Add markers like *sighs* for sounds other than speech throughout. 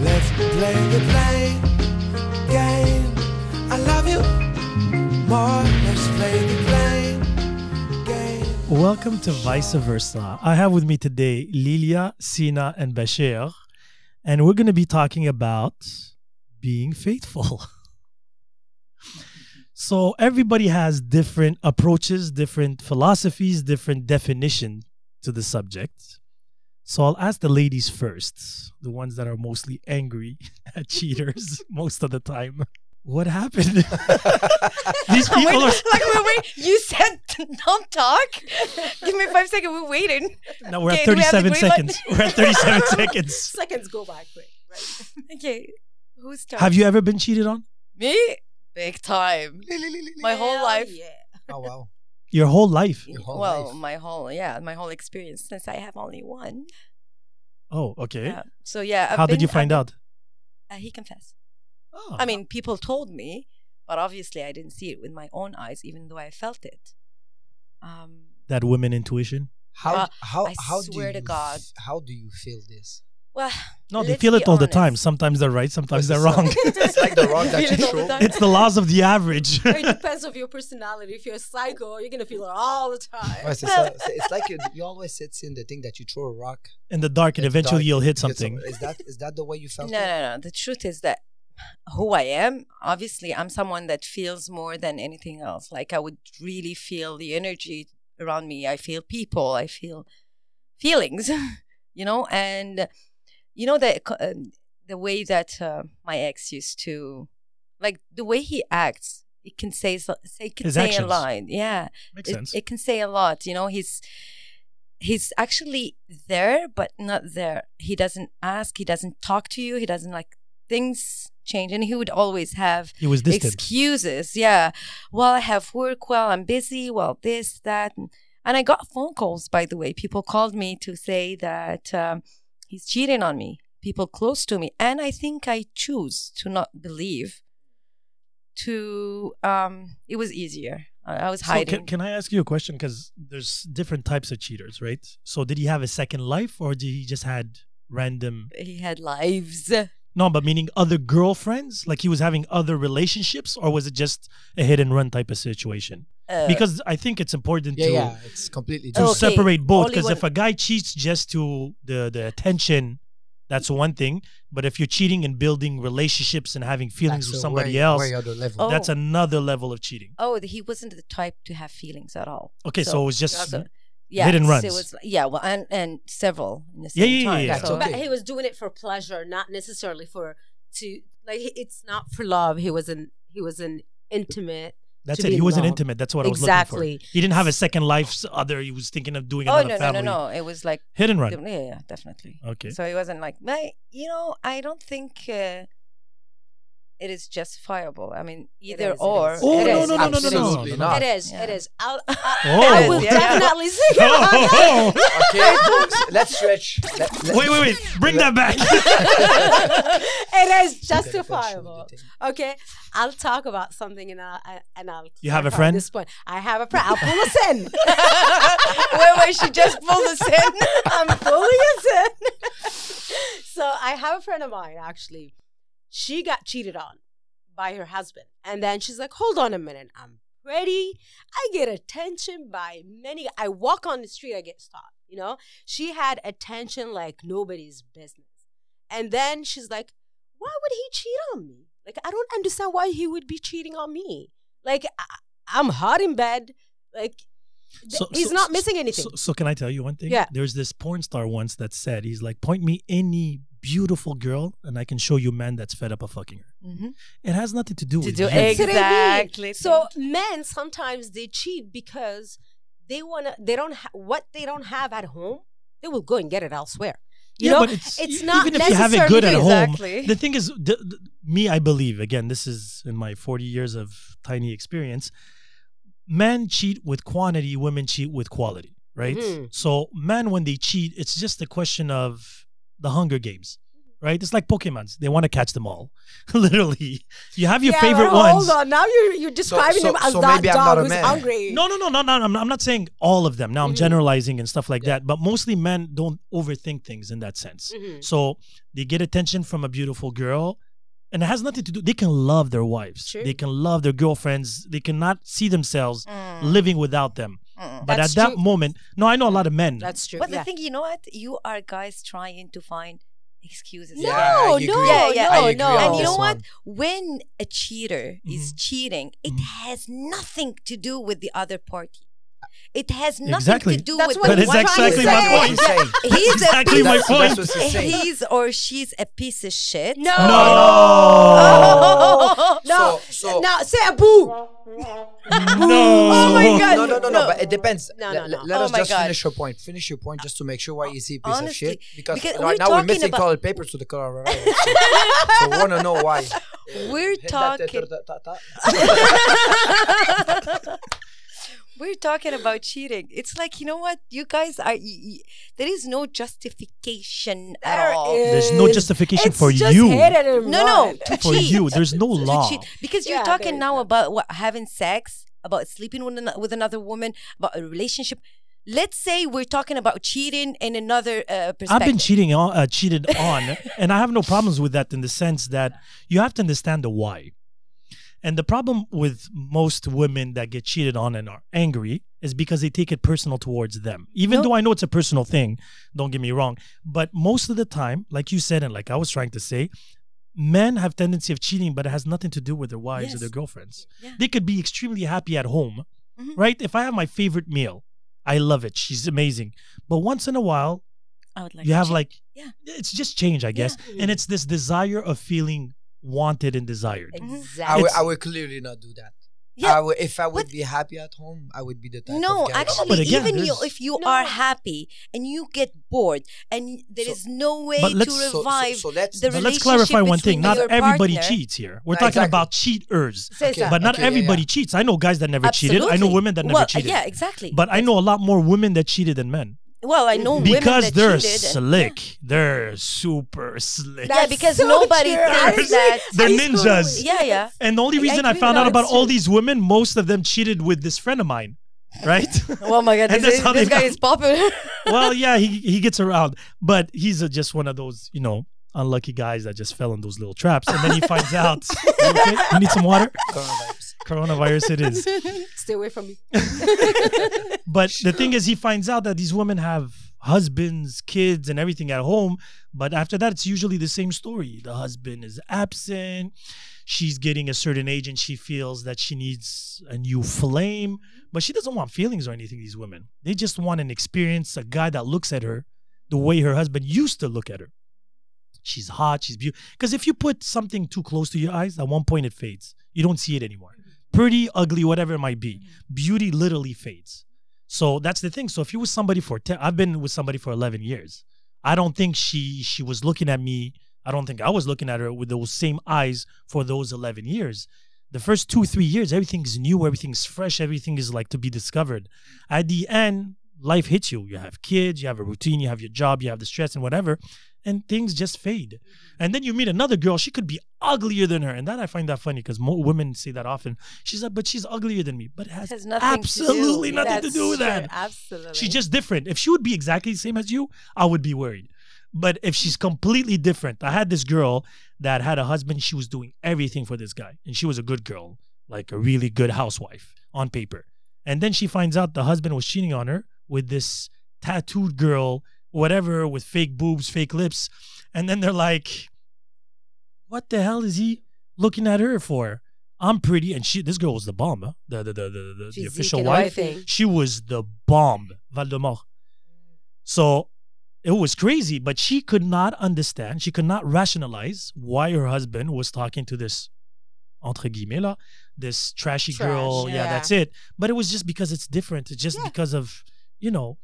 play the blame game. I love you more. Let's play the blame game. Welcome to Vice Versa. I have with me today Lilia, Sina, and Bashir, and we're going to be talking about being faithful. *laughs* so, everybody has different approaches, different philosophies, different definition to the subject. So, I'll ask the ladies first, the ones that are mostly angry *laughs* at cheaters *laughs* most of the time. What happened? *laughs* These *laughs* Wait, people are like wait, wait. You said *laughs* don't talk. Give me five seconds. We're waiting. *laughs* No, we're at Okay, do we have the 37 green light? seconds. We're at 37 *laughs* seconds. Seconds go by quick, right? Okay, who's talking? Have you ever been cheated on? me? Big time. My whole Hell life. Yeah. Oh wow. Your whole life. Your whole well, life. my whole yeah, my whole experience since I have only one. Oh, okay. Yeah. So yeah. I've How did been- you find I've out? been- Uh, he confessed. Oh. I mean, people told me, but obviously I didn't see it with my own eyes, even though I felt it. Um, that woman intuition. How uh, how I how swear do to you God. f- how do you feel *laughs* this? well, No, they let's feel be it all the time. honest. Sometimes they're right, sometimes But they're it's wrong. *laughs* not- It's like the rock that Feel you it all the throw. time. *laughs* it's the laws of the average. *laughs* But it depends of your personality. If you're a psycho, you're gonna feel it all the Well, time. It's, it's- it's like you, you always sit in the thing that you throw a rock. In the dark, at and eventually dark, you'll hit hit something. Is that is that the way you felt? No, it? no, no. The truth is that who I am, obviously, I'm someone that feels more than anything else. Like I would really feel the energy around me. I feel people. I feel feelings, *laughs* you know. And you know the co- um, the way that uh, my ex used to, like the way he acts, it can say so- say it can His say a actions. lot. Yeah, Makes it, sense. it can say a lot. You know, he's he's actually there but not there he doesn't ask he doesn't talk to you he doesn't like things change and he would always have he was distant. excuses yeah well i have work well i'm busy well this that and, and i got phone calls by the way people called me to say that um, he's cheating on me people close to me and i think i choose to not believe to um it was easier i, I was So hiding can, can I ask you a question? Because there's different types of cheaters, right? So did he have a second life or did he just had random he had lives Uh, no but meaning other girlfriends like he was having other relationships or was it just a hit and run type of situation uh, because I think it's important Yeah, to yeah, it's completely to Okay, different. separate both. only Because one- if a guy cheats just to the the attention, that's one thing. But if you're cheating and building relationships and having feelings That's with a somebody way- else, way other level. Oh. that's another level of cheating. oh he wasn't the type to have feelings at all Okay, so, it was just also- yeah, hit and so runs. it was yeah well and and several in the Yeah, same yeah, yeah, time yeah. so- okay. But he was doing it for pleasure, not necessarily for to like. he- It's not for love. He was an he was an intimate. that's to it. be He wasn't loved. intimate. That's what I was looking Exactly. for. He didn't have a second life. s- Other, he was thinking of doing oh another no no no family. no it was like Hit and yeah run. yeah definitely Okay. so it wasn't like my you know i don't think uh, it is justifiable i mean either is, it or is. Oh It no, is, no, no, no, no, no, absolutely no, not. It is. Yeah. It is. I'll, I, Oh. I will Yeah. definitely see you. *laughs* Oh, oh, oh. okay, folks, let's stretch. Let, let, Wait, wait, wait! Bring that back. it is Look at the justifiable. thing. Okay, I'll talk about something and I'll I- and I'll. You have a clarify at friend? This point, I have a friend. I'll pull us *laughs* in. *laughs* wait wait she just pulled Um, us in *laughs* I'm pulling us in. *laughs* so I have a friend of mine actually. She got cheated on by her husband, and then she's like, "Hold on a minute, I'm pretty. I get attention by many. I walk on the street, I get stopped. You know, she had attention like nobody's business. And then she's like, why would he cheat on me? Like, I don't understand why he would be cheating on me. Like, I, I'm hot in bed. Like, th- So- he's so- not so- missing anything. So, so can I tell you one thing? Yeah. There's this porn star once that said, he's like, point me any beautiful girl and I can show you man that's fed up of fucking her. Mm-hmm. Mhm. It has nothing to do To with do you. egg- That's what I mean. Exactly. So men sometimes they cheat because they wanna. They don't ha- what they don't have at home. They will go and get it elsewhere. You yeah, know, but it's, it's e- not even if you have it necessarily good at home. exactly The thing is, the, the- me, I believe, again, this is in my 40 years of tiny experience, men cheat with quantity, women cheat with quality, right? Mhm. So, men, when they cheat, it's just a question of the Hunger Games. right? It's like Pokemons. They want to catch them all. *laughs* Literally. You have your Yeah, but favorite ones. Hold on, now you're you're describing so- him as so that maybe I'm dog not a who's man. hungry. No, no, no, no, no. I'm, I'm not saying all of them. Now I'm Mhm. generalizing and stuff like that. But mostly men don't overthink things in that sense. Mhm. So they get attention from a beautiful girl, and it has nothing to do. They can love their wives. True. They can love their girlfriends. They cannot see themselves Mm, living without them. mm. But That's at that true. moment, no, I know a lot of men. That's true. But yeah. the thing, you know what? You are guys trying to find excuses. No, Yeah. I agree. no, Yeah, yeah, I no, agree no. on And you this know one. what? Mm-hmm. When a cheater is Mhm. cheating, it Mhm. has nothing to do with the other party. It has nothing Exactly. to do That's with what but the it's he's one trying to exactly my say. point. That's what He's exactly a my That's- piece, point. that's what's of, insane. he's or she's a piece of shit. No. *laughs* No. No, So- so- no, say a boo. *laughs* Oh my God. No, no, no, no, No. but it depends. No, Let- no, no. Let, let Oh us my just God. finish your point. Finish your point just to make sure why E is he a piece of Honestly, shit. Because, because right we're now we're talking missing about- toilet paper to the color. so so we want to know why. *laughs* We're Hit that, uh, *laughs* talking- ta- ta- ta- We're talking about cheating. It's like you know what? You guys are. y- y- there is no justification at all. There's no is- justification it's for just you. hate it and No, run. no, to For cheat. you, there's no to law. cheat. Because Yeah, you're there talking is now no- about what, having sex, about sleeping with, an, with another woman, about a relationship. Let's say we're talking about cheating in another uh, perspective. I've been cheating on, uh, cheated on, and I have no problems with that in the sense that you have to understand the why. And the problem with most women that get cheated on and are angry is because they take it personal towards them. Even No. though I know it's a personal thing, don't get me wrong, but most of the time, like you said and like I was trying to say, men have tendency of cheating but it has nothing to do with their wives or Yes. their girlfriends. Yeah. They could be extremely happy at home, Mhm. right? If I have my favorite meal, I love it. She's amazing. But once in a while, I would like you to have cheat. like Yeah. it's just change i guess and it's this desire of feeling wanted and desired I, Exactly. would, It's- I would clearly not do that. Yeah. I would, if I would But- be happy at home, I would be the type no, of guy. But actually, again, even you, there's- if you No. are happy and you get bored, and there is So- no way But to let's- So- so- revive. so let's- the Now, let's relationship clarify one thing between not your everybody partner- cheats here we're Right, talking exactly. about cheaters Say Okay. so. but not okay, yeah, everybody yeah. cheats i know guys that never cheated i know Absolutely. women that never well, uh, cheated Yeah, exactly. but i know a lot more women that cheated than men well, I know women because that they're cheated and- slick they're super slick yeah, That's because so nobody true. thinks Honestly, that. They're high school ninjas. was- Yeah, yeah. and the only I reason I, agree found with out that. about It's all true. these women, most of them cheated with this friend of mine, right? *laughs* *laughs* Oh my god, And this, that's how this they guy found- is popular. *laughs* well, yeah, he he gets around, but he's a, just one of those, you know, unlucky guys that just fell in those little traps, and then he finds out. You okay? You need some water. *laughs* Coronavirus. Coronavirus, it is. Stay away from me. But the thing is, he finds out that these women have husbands, kids, and everything at home. But after that, it's usually the same story. The husband is absent. She's getting a certain age, and she feels that she needs a new flame. But she doesn't want feelings or anything. These women, they just want an experience, a guy that looks at her the way her husband used to look at her. She's hot. She's beautiful. Because if you put something too close to your eyes, at one point it fades. You don't see it anymore. Pretty, ugly, whatever it might be. Beauty literally fades. So that's the thing. So if you were somebody for ten, I've been with somebody for eleven years. I don't think she she was looking at me. I don't think I was looking at her with those same eyes for those eleven years. The first two three years, everything's new, everything's fresh, everything is like to be discovered. At the end, life hits you. You have kids, you have a routine, you have your job, you have the stress and whatever, and things just fade. And then you meet another girl. She could be uglier than her, and that I find that funny because mo- women say that often. She's like, but she's uglier than me, but it has, Has nothing to do- absolutely nothing to That's do with true, that. Absolutely. She's just different. If she would be exactly the same as you, I would be worried. But if she's completely different, I had this girl that had a husband. She was doing everything for this guy, and she was a good girl, like a really good housewife on paper. And then she finds out the husband was cheating on her with this tattooed girl, whatever, with fake boobs, fake lips. And then they're like, "What the hell is he looking at her for?" I'm pretty, and she. This girl was the bomb, huh? the the the the, the, the Physique official and wife. everything. She was the bomb, Valdemar. So it was crazy, but she could not understand, she could not rationalize why her husband was talking to this, entre guillemets, là, this trashy Trash, girl. Yeah. yeah. that's it. But it was just because it's different. It's just because of, you know,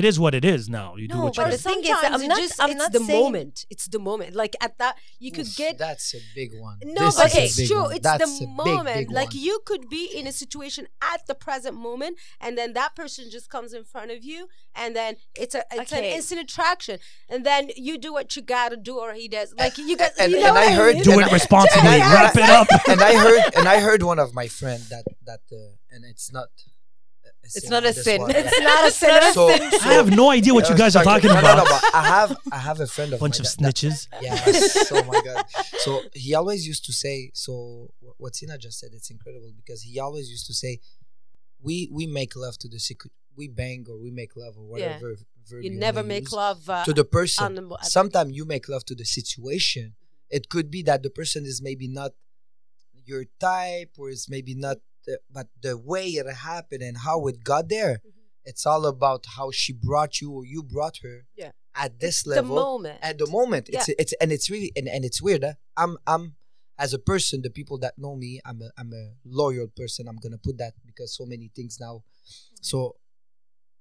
It is what it is now. You do No, what you but do. the thing is, Sometimes I'm it not- just- I'm it's not the saying- moment. It's the moment. Like at that, you could Oof, get That's a big one. No, This but is a it's big true. one. It's That's the a big, moment. big like *laughs* one. you could be in a situation at the present moment, and then that person just comes in front of you, and then it's a it's Okay. an instant attraction, and then you do what you gotta do, or he does. Like you got. and- you know and what I heard- mean? do and it I- responsibly. and I- Wrap it up. and I heard and I heard one of my friend that that uh, and it's not uh, a- a It's sin, not a this sin. one. *laughs* *laughs* It's not a sin. so, so I have no idea what you guys are talking no, Oh about. No, no, but I have I have a friend of Bunch of mine that- snitches. Yes. oh my God. So he always used to say. So wh- what Sina just said, it's incredible because he always used to say, "We we make love to the secret. We bang or we make love or Yeah. whatever verb You wanna never make use love. Uh, to the person. on the mo- Sometimes you make love to the situation. It could be that the person is maybe not your type, or it's maybe not. The, but the way it happened and how it got there, Mm-hmm. it's all about how she brought you or you brought her. Yeah. At this the level, moment. at the moment it's Yeah. it's and it's really and, and it's weird huh? i'm i'm as a person the people that know me i'm a i'm a loyal person i'm gonna put that because so many things now so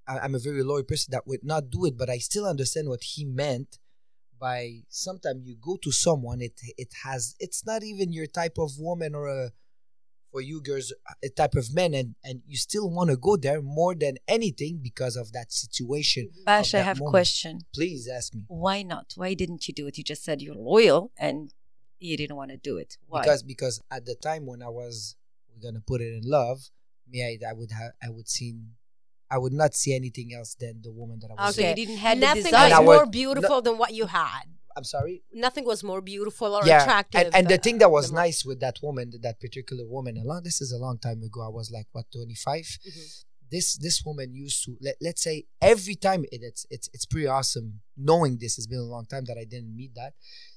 I, i'm a very loyal person that would not do it but i still understand what he meant by sometimes you go to someone it it has it's not even your type of woman or a for you girls a type of man and and you still want to go there more than anything because of that situation Bash, of I that have moment. question. please ask me Why not? Why didn't you do it? You just said you're loyal and you didn't want to do it. Why? because because at the time when I was we're gonna put it in love, me I, I would have I would seen I would not see anything else than the woman that I was. so with. Okay. you didn't have the Nothing desire. And I was would- more beautiful than what you had. I'm sorry. Nothing was more beautiful or yeah, attractive. and, and the uh, thing that was than what- nice with that woman, that particular woman, a long, this is a long time ago. I was like what 25. Mhm. This this woman used to let let's say every time it, it's it's it's pretty awesome knowing this. It's been a long time that I didn't meet that.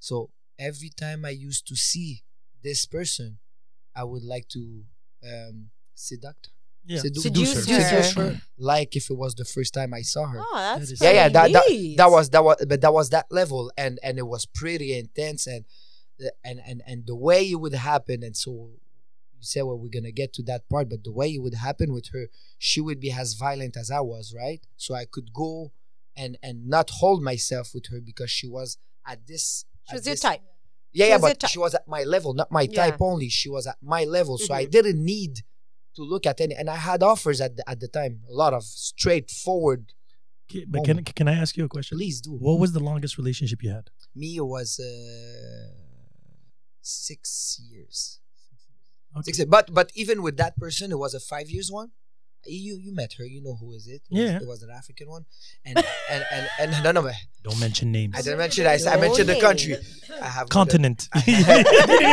So every time I used to see this person, I would like to um, seduct Yeah. Sedu- Seduce seduce her. her, like if it was the first time I saw her. Oh, that's That is- yeah, yeah, that, pretty that, neat. that was that was but that was that level, and and it was pretty intense, and the- and and and the way it would happen, and so you say, well, we're gonna get to that part, but the way it would happen with her, she would be as violent as I was, right? So I could go and and not hold myself with her because she was at this. She at was your this- type. yeah, She yeah, was your but type. she was at my level, not my Yeah. Mm-hmm. type only. She was at my level, so I didn't need to look at any. And I had offers at the, at the time, a lot of straightforward. Okay, Oh but can, can I ask you a question? Please do. What was the longest relationship you had? Me was uh, six years. Okay. Six, but but even with that person, it was a five years one. You you met her, you know who is it? It was- Yeah. it was an African one, and and and, and no no, but Don't mention I names. didn't mention I, I mentioned the country. I *laughs* have *laughs* Continent. *laughs* You You didn't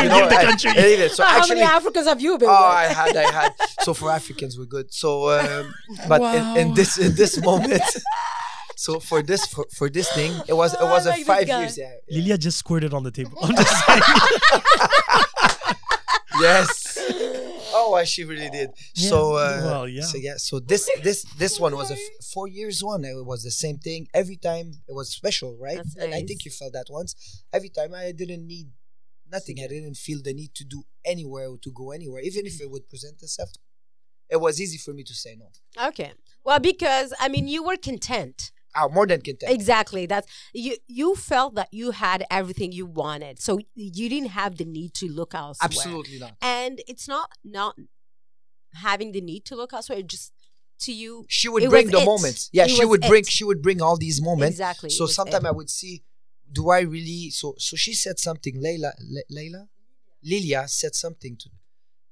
know, give the I- country. I didn't. so Ah, How actually, many Africans have you been Oh, with? I had, I *laughs* had. So for Africans, we're good. So, um, but in, in this in this moment, *laughs* so for this for, for this thing, it was it Oh, I was like a this five guy. years. Yeah, yeah. Lilia just squirted on the table. *laughs* I'm just saying. Yes. Oh, well, she really did. Yeah, So, uh, well, yeah. so yeah. So this this this one was a f- four years one. It was the same thing every time. It was special, right? That's And I nice. think you felt that once. Every time, I didn't need nothing. I didn't feel the need to do anywhere or to go anywhere, even if it would present itself. It was easy for me to say no. Okay. Well, because I mean, you were content. Ah, more than content. Exactly. That's you. You felt that you had everything you wanted, so you didn't have the need to look elsewhere. Absolutely not. And it's not not having the need to look elsewhere. it Just to you, She would It bring was the it. moments. Yeah, It she was would bring it. she would bring all these moments. Exactly, it So was sometimes it. I would see, do I really? So so she said something. Layla, Le- Layla, Lilia said something to.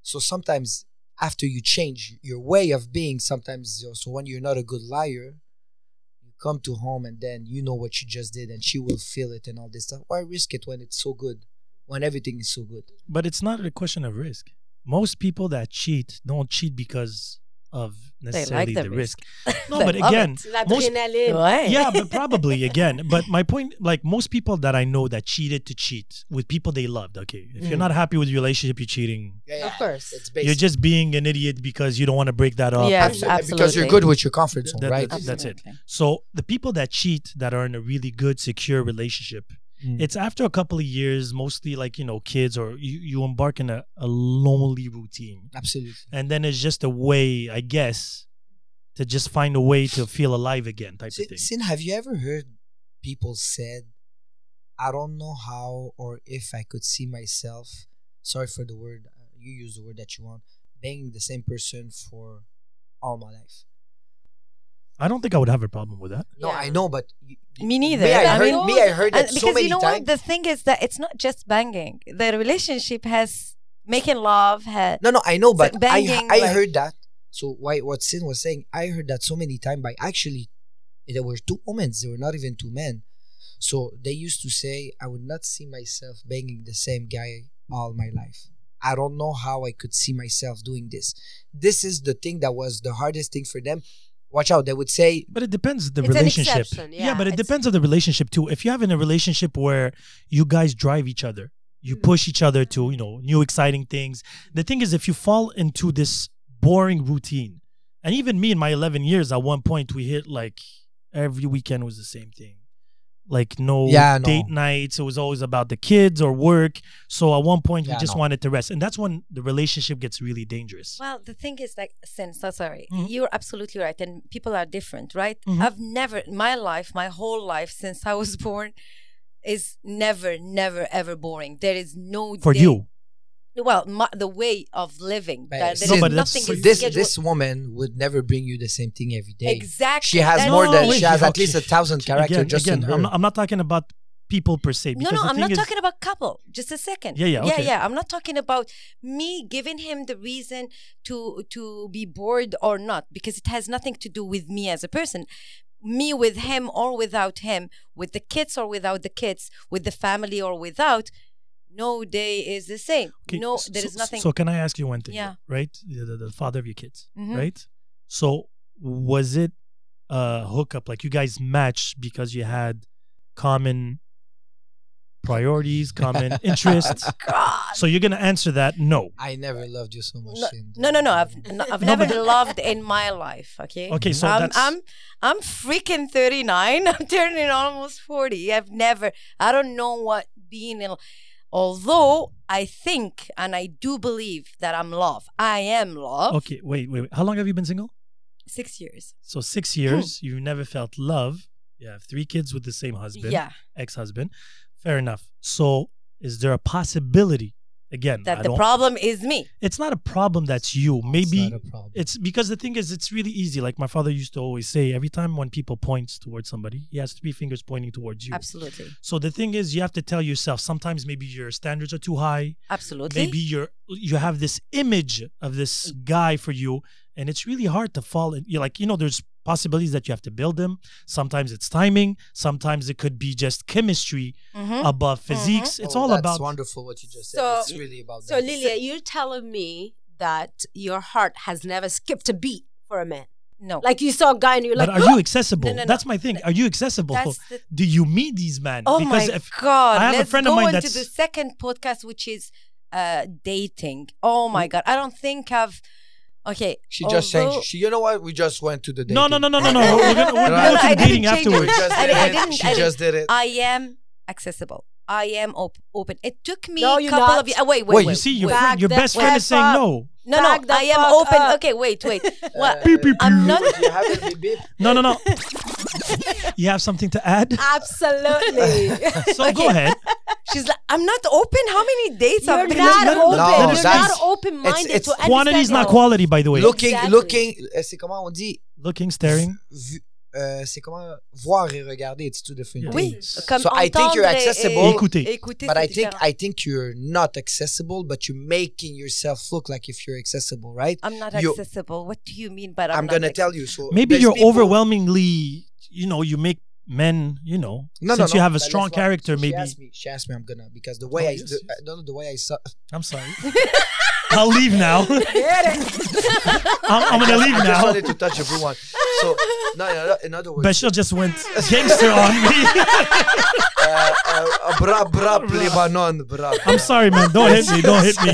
So sometimes after you change your way of being, sometimes so when you're not a good liar, you come to home and then you know what you just did, and she will feel it and all this stuff. Why risk it when it's so good? When everything is so good. But it's not a question of risk. Most people that cheat don't cheat because of necessarily the the risk. No, They but love again, La most adrenaline. Why? yeah, but probably again. But my point, like most people that I know that cheated to cheat with people they loved. Okay, if you're Mm. not happy with your relationship, you're cheating. Yeah, Of course. It's basic. You're just being an idiot because you don't want to break that up. Yeah, And- absolutely. because you're good with your comfort zone, That- right? that- that's it. Absolutely. So the people that cheat that are in a really good, secure relationship, Mm. it's after a couple of years, mostly like you know kids, or you, you embark in a, a lonely routine, Absolutely. and then it's just a way, I guess, to just find a way to feel alive again type of Sin, thing. Sin, have you ever heard people said, "I don't know how or if I could see myself." Sorry for the word. uh, You use the word that you want. Banging the same person for all my life. I don't think I would have a problem with that. No, I Yeah. know, but you, Me neither. Me, I, I heard, mean- me, I heard And that so because many you know times. what the thing is that it's not just banging. The relationship has making love, has No, no, I know, but banging, I I like- heard that. So why what Sin was saying, I heard that so many times by actually there were two women, there were not even two men. So they used to say, I would not see myself banging the same guy all my life. I don't know how I could see myself doing this. This is the thing that was the hardest thing for them. Watch out, they would say uh, But it depends the It's an relationship. exception, yeah, yeah. but it It's- depends on the relationship too. If you have in a relationship where you guys drive each other, you Mm. push each other to, you know, new exciting things. The thing is if you fall into this boring routine. And even me in my 11 years at one point we hit like every weekend was the same thing. Like no Yeah, no. date nights, it was always about the kids or work. So at one point we Yeah, just no. wanted to rest. And that's when the relationship gets really dangerous. Well, the thing is, like, since so sorry, Mhm. you're absolutely right, and people are different, right? Mhm. I've never, in my life, my whole life since I was *laughs* born, is never, never, ever boring. There is no For day- you. Well, my, the way of living. But that there No, is but that's- nothing but is this scheduled. this woman would never bring you the same thing every day. exactly. She has That's- more No, than wait, she has she- at least a thousand characters again, just again, in her. I'm, not, I'm not talking about people per se. No, Because no, the I'm thing not is, talking about couple. Just a second. Yeah, yeah, yeah, okay. yeah. I'm not talking about me giving him the reason to to be bored or not because it has nothing to do with me as a person. Me with him or without him, with the kids or without the kids, with the family or without, no day is the same. Okay, no, s- there so, is nothing. So can I ask you one thing? Yeah. Right, the, the, the father of your kids, Mhm. right? So was it a hookup? Like you guys matched because you had common *laughs* priorities, common interests. *laughs* God. so you're gonna answer that no. I never loved you so much. No, Sin. no, no, no. I've *laughs* no, I've No, never but- loved in my life. Okay. Okay, so I'm that's I'm I'm freaking 39. *laughs* I'm turning almost 40. I've never. I don't know what being in. Although I think and I do believe that I'm love. I am love. okay. Wait, wait, wait. How long have you been single? Six years. So six years. you never felt love. You have three kids with the same husband, Yeah. ex-husband. Fair enough. So is there a possibility? Again, That I the don't- problem is me. it's not a problem that's you. Maybe it's not a problem. It's because the thing is, it's really easy. Like my father used to always say, every time when people point towards somebody, he has three fingers pointing towards you. Absolutely. So the thing is, you have to tell yourself. Sometimes maybe your standards are too high. Absolutely. Maybe you're you have this image of this Mm. guy for you, and it's really hard to fall. In, you're like you know, there's possibilities that you have to build them. Sometimes it's timing. Sometimes it could be just chemistry Mhm. above physiques. It's Oh, all that's about wonderful what you just said. So- it's really about So that. Lilia, you're telling me that your heart has never skipped a beat for a man. no. Like you saw a guy and you're But like, are you accessible? no, no. That's my thing. Are you accessible? That's the Do you meet these men? Oh because my if, god! I have a Let's friend of go mine into that's- the second podcast, which is uh, dating. Oh my god! I don't think I've. Okay, She just although- changed. She, you know what? We just went to the No, no, dating. no, no, *laughs* no, no. We're gonna, we're No, gonna no, I go to didn't dating change it. We afterwards. just I did didn't- I it. She didn't- Uh, just did it. I am accessible. I am op- open. It took me No, a you're couple not. of years. Oh, wait, wait, Wait, You wait. see, your wait. friend, your Back best the friend fuck is saying up. no, no, no. back the I am fuck open. up. Okay, wait, wait. What? Beep, beep, I'm beep. not. Uh, you have it, beep, beep. no, *laughs* no, no. You have something to add? *gasps* absolutely. So go ahead. She's like, I'm not open. How many dates? You're I've been not let it- open. No, that's- You're not open-minded it's- to it's- Quantity is not understand quality, by the way. Looking, Exactly. looking. euh, C'est comment on dit? looking, staring. Vu- euh, c'est comment voir et regarder? It's two different Yeah. Oui, things. comme So I think you're entendre et- accessible, Écouter. Écouter, But c'est I think différent. I think you're not accessible, but you're making yourself look like if you're accessible, right? I'm not you- accessible. What do you mean? But Ah, I'm, I'm, not gonna acc- tell you. So Maybe there's you're people- overwhelmingly, you know, you make men, you know, No, no, since no, you have a but strong that's why- character, so maybe. Oh, She asked me. She asked me. I'm gonna because the way I yes, the, yes. I don't know the way I saw. I'm sorry. *laughs* I'll leave *laughs* now. *laughs* I'm, I'm gonna leave I just now. wanted to touch everyone. *laughs* So no, no, no, in other words, But she just went gangster on me. *laughs* uh, uh, bra bra Lebanon bra. I'm sorry, man. Don't hit me. Don't hit me.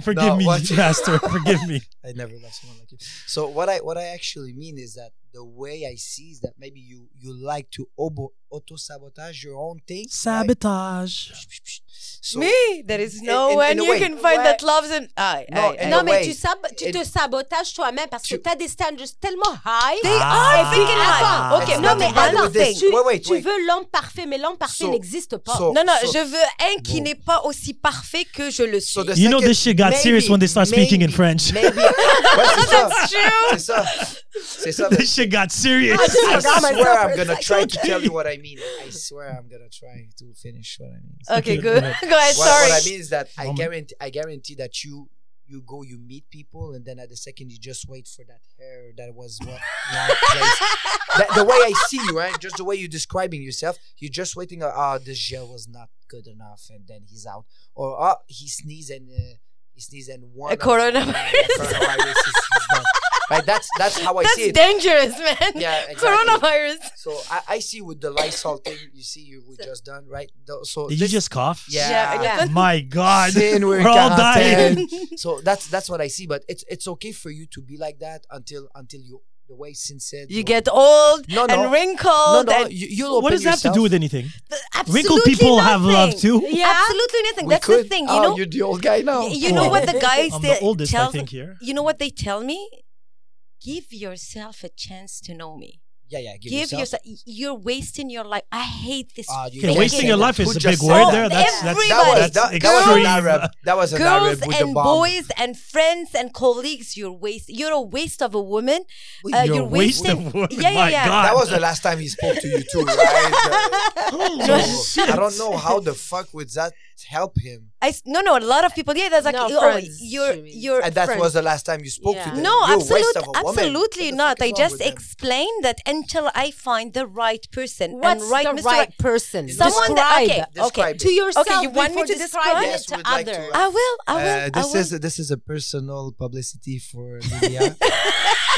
Forgive No, me, *laughs* what- Pastor. Forgive me. I never love someone like you. So what I what I actually mean is that the way I see is that maybe you you like to obo, auto sabotage your own thing. right? Sabotage. Psh, psh, psh. So, me, there is In- no in- one in a you way. can find Ouais. that loves him. I, No, I, in I- Non, a mais way, tu, sab- tu it- te sabotages toi-même parce que Tu- tu as des standards tellement high. They Ah. are freaking Ah. high. Attends, Okay, It's no, not mais a bad alors, with this. tu, Wait, wait, tu wait. veux l'homme parfait, mais l'homme parfait So- n'existe pas. so- non, non, So- je veux un qui Wow. n'est pas aussi parfait que je le suis. so the You know second- this shit got serious when they start speaking in maybe- French. Maybe. Ouais, c'est ça. That's true. C'est ça. C'est ça. *laughs* this shit got serious. *laughs* I forgot myself swear for I'm a gonna second. try to tell you what I mean. I swear I'm gonna try to finish what I mean. Uh, Okay, good. Go ahead. What, Sorry. what I mean is that I Moment. guarantee I guarantee that you you go you meet people and then at the second you just wait for that hair that was what not placed. That- the way I see you right just the way you're describing yourself you're just waiting uh, oh this gel was not good enough and then he's out or oh he sneezed and uh, he sneezed and one A coronavirus. coronavirus is, is not. right that's that's how I *laughs* That's see it dangerous, man. yeah exactly. Coronavirus. So I, I see with the Lysol thing, you see, you we just done right. Tho- So Did you this- just cough? Oh yeah, Yeah, yeah. My God. Sin, we're in *laughs* We're all quarantine. *laughs* dying. So that's that's what I see. But it's it's okay for you to be like that until until you the way Sin said You get old No, no. and no wrinkled. no and you, you'll open What does that have to do with yourself. anything? Th- Wrinkled absolutely people have love nothing. too. Yeah. Absolutely nothing. We That's the could- thing, you oh, know. you're the old guy now. Y- You know Cool. what *laughs* the guys I'm say- the oldest, I tells- think, here. You know what they tell me? Give yourself a chance to know me. yeah yeah. Give, Give yourself. yourself. You're wasting your life. I hate this. Ah, you Okay, can't wasting say your that. life is Who a just big said word that? there. That's that's That was Everybody. that's that, that was an extreme. Arab. That was an Girls Arab with the and bomb. boys and friends and colleagues, you're waste. You're a waste of a woman. Uh, You're you're a waste wasting- of work. Yeah, yeah, My yeah. God. That was the last time he spoke to you too, right? Uh, so I don't know how the fuck would that help him. I s- no no. A lot of people. Yeah, that's like No, oh, friends, you're you mean. you're And that friends. was the last time you spoke to Yeah. them. No, You're a waste absolute, of a woman. absolutely What the not. fuck I is wrong just with them? explained that until I find the right person What's and right the Mr. right person? Someone that- describe okay, okay. Describe to yourself. Okay, you want me before to describe? describing it Yes, to we'd like to, others. uh, I will. I will. Uh, I this will. is this is a personal publicity for *laughs* Lilia,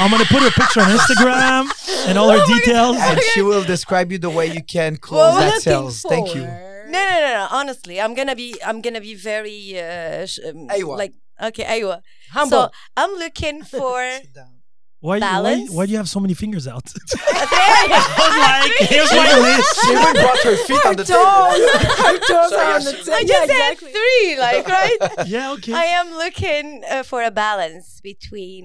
I'm gonna put her picture on Instagram and *laughs* Oh all her details. and she will describe you the way you can What close we're that cells. Thank you. no, no, no, no. Honestly, I'm gonna be. I'm gonna be very. Uh, sh- um, Aywa. Like okay, Aywa. Humble. So I'm *laughs* looking for. Sit down. Why, you- why, Balance. Oh why do you have so many fingers out? *laughs* I'm *laughs* like, here's my list. She even brought her feet on the table. Toes Sorry, are on I the should- tip. I just Yeah, had exactly. three, like *laughs* right. Yeah, okay. I am looking uh, for a balance between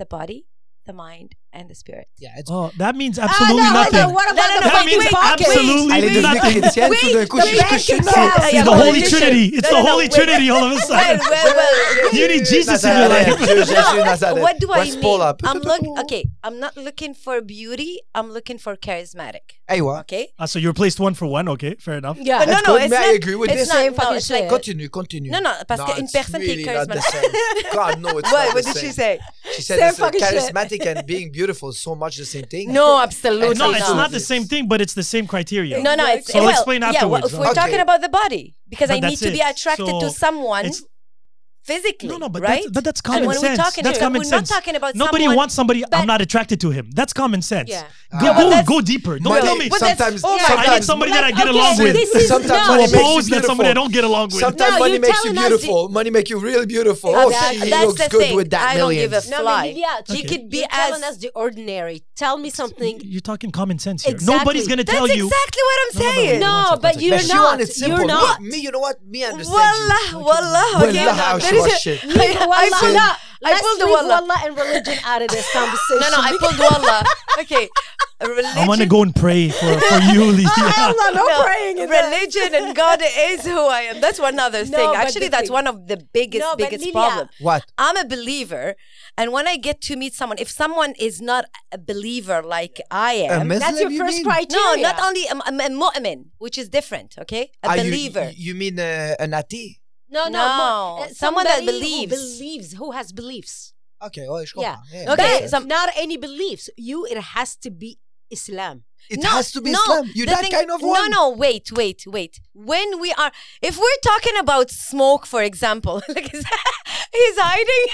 the body, the mind, and the spirit. Yeah, *laughs* it's oh, that means Ah, absolutely no, nothing. What about no, the no, that wait, means wait, fucking pocket? absolutely Elle est devenue nothing. chrétienne Wait, tout d'un coup. the Je suis bank chrétienne. account. Ah, yeah, It's the well, Holy you should- Trinity. It's No, no, the no, Holy *laughs* wait. Trinity all of a Well, sudden. well, well. *laughs* You need Jesus in your Nazareth, life. Jésus No, Nazareth. what do I What's mean? pull up? I'm looking. Okay, I'm not looking for beauty. I'm looking for charismatic. Hey, what? Okay. Ah, so you replaced one for one, okay? Fair enough. Yeah. But no, That's no, good, it's mais I not- agree with it's this. not Same no, fucking it's like- shit. Continue, continue. No, no, parce que une it's personne qui really est not the same. charismatique. *laughs* God, no, it's What, not what the did she same. say? She said Same it's uh, fucking shit. charismatic and being beautiful is so much the same thing. No, absolutely. No, it's no. not the same thing, but it's the same criteria. No, no, it's So I'll well, explain Yeah, well, afterwards, if we're okay. talking about the body, because But I need that's to be it. attracted to So someone it's- physically. No, no, but right? that's, but that's and common when sense. We're talking that's about, common we're sense. not talking about Nobody someone, wants somebody. but- I'm not attracted to him. That's common sense. Yeah. Go, Yeah, but go, that's- go deeper. Don't Money- tell me. but that's- sometimes, oh my sometimes I need somebody that I get along okay, with. this is Sometimes not- money To makes you oppose that somebody I beautiful. don't get along with. Sometimes No, money you're makes you telling us beautiful. Money make you really beautiful. Oh, Exactly. she That's looks the good thing. with that I don't million. give a millions. f- No, Fly. but yeah, Okay. you could be You're telling telling us us the ordinary. Tell me something. You're talking common sense here. Exactly. Nobody's going to That's tell you. exactly what No, I'm no, no, saying. wait, one No, second, but one you're But second. she not. wanted simple. You're Look, not. Me, you know what? Me, I understand Wallah, you. wallah, okay. Wallah, how she There is was a- shit. I- I Wallah. pulled- No, I Let's pulled the leave wallah. wallah and religion out of *laughs* this conversation. No, no, I pulled wallah. *laughs* Okay. Religion. I'm going to go and pray for, for *laughs* you, Lee. no, praying in there. religion and God is who I am. That's one other No, thing. but Actually, the that's thing- one of the biggest, No, but biggest Lilia- problem. What? I'm a believer, and when I get to meet someone, if someone is not a believer like I am, Muslim, That's your you first mean? criteria. no, not only I'm, I'm a mu'min, which is different, okay? A Are you- believer. You, mean uh, an ati? No, no, No, mo- uh, someone that somebody who believes. believes, who has beliefs. Okay, oh, well, je Yeah. comprends. makes Okay, But sense. some- not any beliefs. You, it has to be Islam. it no, has to be no, Islam. You're the that thing- kind of No, one. no, wait, wait, wait. When we are, if we're talking about smoke, for exple, *laughs* like he's, he's hiding.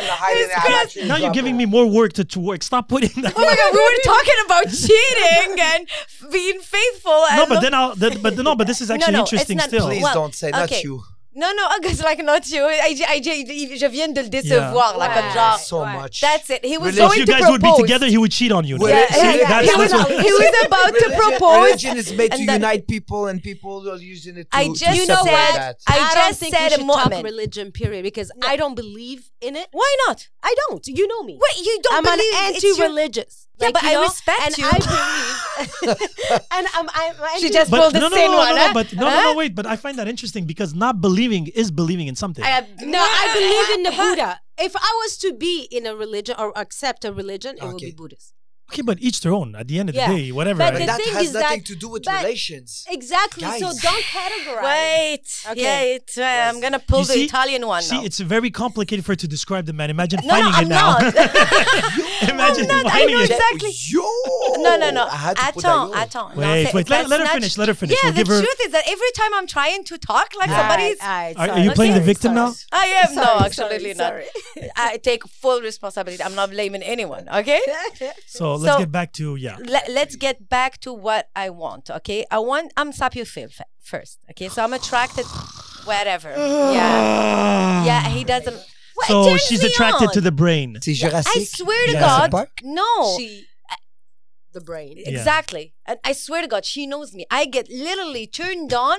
It's *laughs* gross. Now you're giving me more work to, to work. Stop putting that. Oh my god, we *laughs* were talking about cheating and being faithful. And no, but look- then I'll. That, but no, but this is No, actually no, it's interesting not- still. Please Well, don't say that's okay. you. No, no, August, like not you. I, I, I, je viens de le décevoir, Yeah. like a Wow. job. so Right. much. That's it. He was Religion- if going you to guys would propose. be together, he would cheat on you. Well, Yeah, See, yeah, yeah. that's- He, was, that's what- he was about to Religion- propose. Religion is made to and then- unite people, and people are using it to, I to just separate you know what? that. I don't just think we said a should talk moment. religion, period, because I don't believe in it. Why not? I don't. You know me. Wait, you don't I'm believe an it's your- anti-religious. Yeah, but you I respect and you. I believe, *laughs* and I'm, I'm, I'm She just- but pulled the no, no, no, same no, one, no, no, huh? but no, no, no, wait. But I find that interesting because not believing is believing in something. I, *laughs* no, I believe in the Buddha. If I was to be in a religion or accept a religion, it would Okay. be Buddhist. okay, but each their own. At the end of the Yeah. day, whatever. But right? the that thing has is nothing that- to do with but- relations. e-, Exactly. So Guys. don't categorize. Wait, Okay. wait. uh, I'm gonna pull You the see- Italian one See, now. it's very complicated for her to describe the man. Imagine no, no, finding I'm it now. not. *laughs* Imagine I'm not. I finding know it. exactly. Yo! No, no, Oh, no. I had to put that Attends, yo. attends. No, Wait, say- wait, let- let's let her not- finish, let her finish. Yeah, We'll give the her- truth is that every time I'm trying to talk, like All right, somebody's. all right, Are, are sorry. you playing the Sorry, victim sorry. now? I am Sorry, no, absolutely sorry, not. *laughs* I take full responsibility. I'm not blaming anyone. Okay. *laughs* So let's So- get back to yeah. Let, let's get back to what I want. Okay. I want. I'm sapiophil f- first. Okay. So I'm attracted. *sighs* Whatever. Yeah. Yeah. He doesn't. Well, it So turns she's me attracted on. to the brain. C'est I Jurassic. swear to Yeah. God, Park? no. She, uh, the brain. Yeah. Exactly. And I swear to God, she knows me. I get literally turned on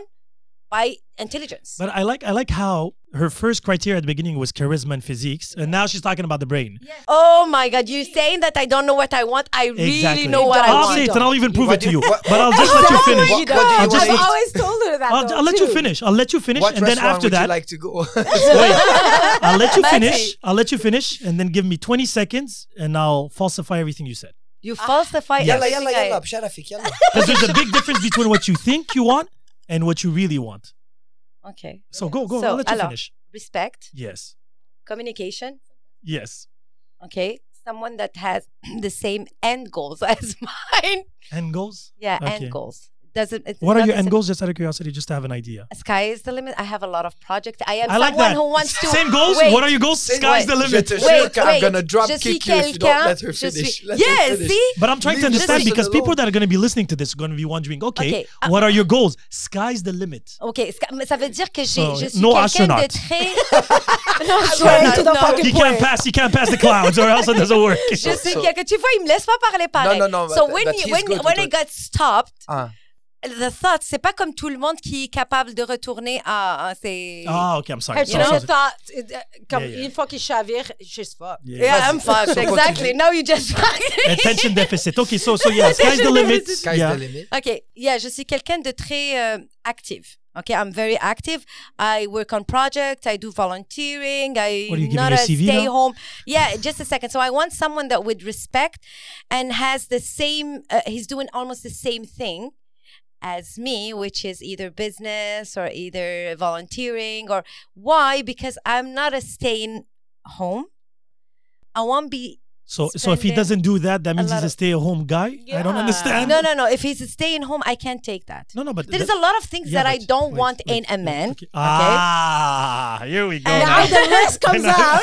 by intelligence. But I like I like how her first criteria at the beginning was charisma and physiques, and now she's talking about the brain. oh my God, you're saying that I don't know what I want. I really Exactly. know what I I'll want. say it and I'll even prove What it do to you. you- what- but I'll just let you Exactly. *laughs* finish. What- what do you I'll want? just I've let, *laughs* always told her that. I'll, though, I'll let you too. finish. I'll let you finish, What and then restaurant after would that, you like to *laughs* go? wait. *laughs* I'll let you finish. Maxi. I'll let you finish, and then give me 20 seconds, and I'll falsify everything you said. You falsify Yes. yalla, everything yalla, I- yalla. بشرفك, يلا. Because there's a big difference between what you think you want and what you really want. Okay. So go, go. So, I'll let you alors, finish. Respect, Yes, communication, yes. okay? Someone that has *clears throat* the same end goals *laughs* as mine. End goals. Yeah, Okay. end goals. Doesn't it's What are not your the end same- goals? Just out of curiosity, just to have an idea. Sky is the limit. I have a lot of projects. I am I like someone that. who wants to Same goals. Wait, What are your goals? Same Sky's the goals. limit. Je te Wait, jure que I'm wait. gonna drop Je suis kick you if you don't quelqu'un- let her je suis- finish. Let her Yeah, finish. see? But I'm trying to Leave this understand person because people alone. that are going to be listening to this are going to be wondering, okay, Okay, Oh, uh, what are your goals? Sky's the limit. Ok, sc- mais ça veut dire que j'ai, So, je suis no quelqu'un de astronaut. très... *laughs* Straight to the non, fucking He point. can't pass. He can't pass the clouds, or else it doesn't work. Je suis Oh, So- quelqu'un... Tu vois, il me laisse pas parler pareil. Non, non, non, So but- when, but you- he's when, good when with I it. got stopped, Ah. the thought, c'est pas comme tout le monde qui est capable de retourner à, à ses... *laughs* Oh, okay. I'm sorry. Her So- so- teacher so- thought, it, uh, come, Yeah, yeah. une fois qu'il chavire, she's fucked. yeah. Yeah, I'm fucked. So exactly. continue. Now you just... *laughs* Attention deficit. Okay. So so yeah, sky's the limit. Sky's yeah. the limit. Okay, yeah, je suis quelqu'un de très euh, active. Okay, I'm very active. I work on projects. I do volunteering. I What, are you giving not your a CV stay now? home. Yeah, just a second. So I want someone that with respect and has the same. Uh, he's doing almost the same thing as me, which is either business or either volunteering or why? Because I'm not a staying home. I won't be So so if he Spending doesn't do that, that means lot he's a of- stay-at-home guy. I don't Yeah. understand. no, no, no. If he's staying home, I can't take that. No, no, but there's that- a lot of things Yeah, that I but don't wait, want wait, in a wait, man. okay. Ah, here we go. And now. Now the *laughs* list *laughs* comes out.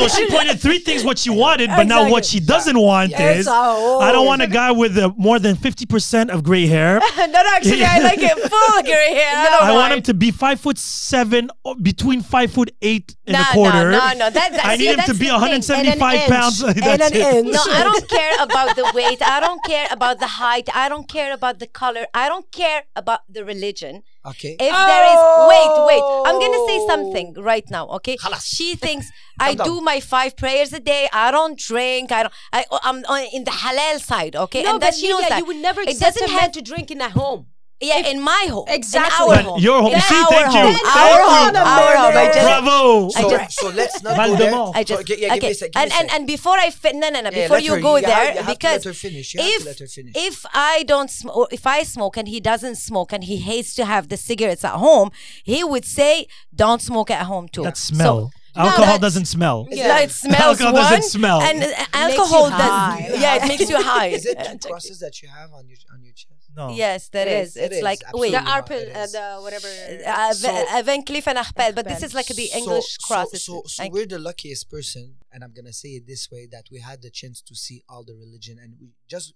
so she pointed three things what she wanted, but now what she doesn't want Yes, is oh. I don't want a guy with uh more than fifty percent of gray hair. *laughs* *laughs* no, no, actually, I like it *laughs* full gray hair. I don't I want mind. him to be five foot seven, or between five foot eight and No, a quarter. no, no, no. That- that- *laughs* I see, need him to that's be the thing. one hundred seventy-five pounds. *laughs* And an That's it. inch. No, I don't care about *laughs* the weight. I don't care about the height. I don't care about the color. I don't care about the religion. Okay. If there is wait, wait. I'm gonna Oh. say something right now, okay? *laughs* She thinks I down. do my five prayers a day. I don't drink. I don't. I, oh, I'm on, in the halal side, okay? No, and that but she knows Lydia, that you would never It accept a doesn't man have to drink in a home. Yeah, in my home. Exactly. In our But home. your home. In See, our thank you. home. Thank Our home. you. Our home. I just, Bravo. I So, just- so let's not go there. Valdemar. I just so, okay, yeah, give okay. me a sec, give me and, a sec. and and before I fin- no no no Yeah, before let you her- go you have- there you have to because let her finish, you have to if let her finish. if I don't sm- or if I smoke and he doesn't smoke and he hates to have the cigarettes at home, he would say don't smoke at home too. That So- smell. Alcohol that's- doesn't smell. Yeah. it smells *laughs* Alcohol one, doesn't smell. and uh, you alcohol high. does. Yeah, it makes you high. Is *laughs* it Uh, two crosses that you have on your on your chest? No. Yes, that It is. is, it It's is, like absolutely. wait, The Arpel, It uh, is. the whatever. uh, So- Van- Van Cleef and Arpels, but this is like the English so, cross. It's- So, so like- we're the luckiest person, and I'm gonna say it this way: that we had the chance to see all the religion, and we just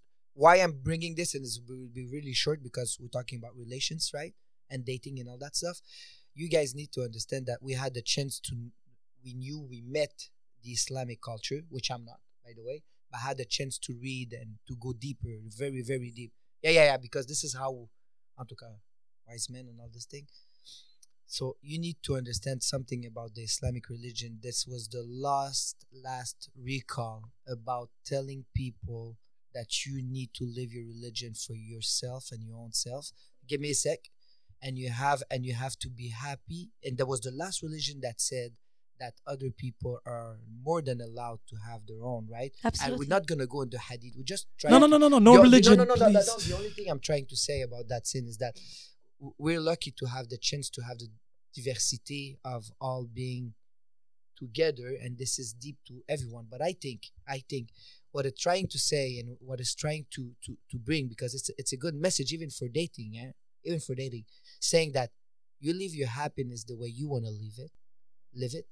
why I'm bringing this, and this will be really short because we're talking about relations, right, and dating and all that stuff. you guys need to understand that we had the chance to we knew we met the Islamic culture, which I'm not, by the way, but had the chance to read and to go deeper, very, very deep. Yeah, yeah, yeah, because this is how Antuka wise men and all this thing. So you need to understand something about the Islamic religion. This was the last, last recall about telling people that you need to live your religion for yourself and your own self. Give me a sec. And you have and you have to be happy. And that was the last religion that said that other people are more than allowed to have their own, right? And Absolutely. we're not gonna go into hadith. We're just trying No, no, no, no, no, no the- religion. No, no, no, no, no, no. please. The only thing I'm trying to say about that sin is that w- we're lucky to have the chance to have the diversity of all being together, and this is deep to everyone. But I think, I think, what it's trying to say and what it's trying to to to bring, because it's it's a good message even for dating, yeah, even for dating, saying that you live your happiness the way you want to live it, live it.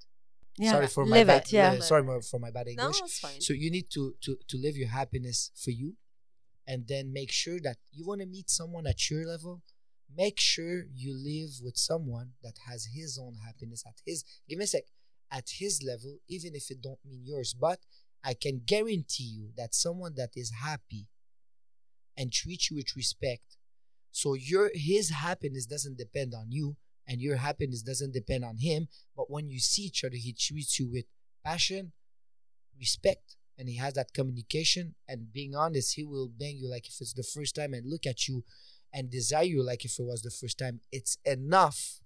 Yeah. Sorry for my Live bad, it, yeah. uh, sorry mo- for my bad No, English. it's fine. So you need to to to live your happiness for you, and then make sure that you want to meet someone at your level. Make sure you live with someone that has his own happiness at his. Give me a sec. At his level, even if it don't mean yours, but I can guarantee you that someone that is happy and treats you with respect, so your his happiness doesn't depend on you, and your happiness doesn't depend on him. But when you see each other, he treats you with passion, respect and he has that communication and being honest he will bang you like if it's the first time and look at you and desire you like if it was the first time it's enough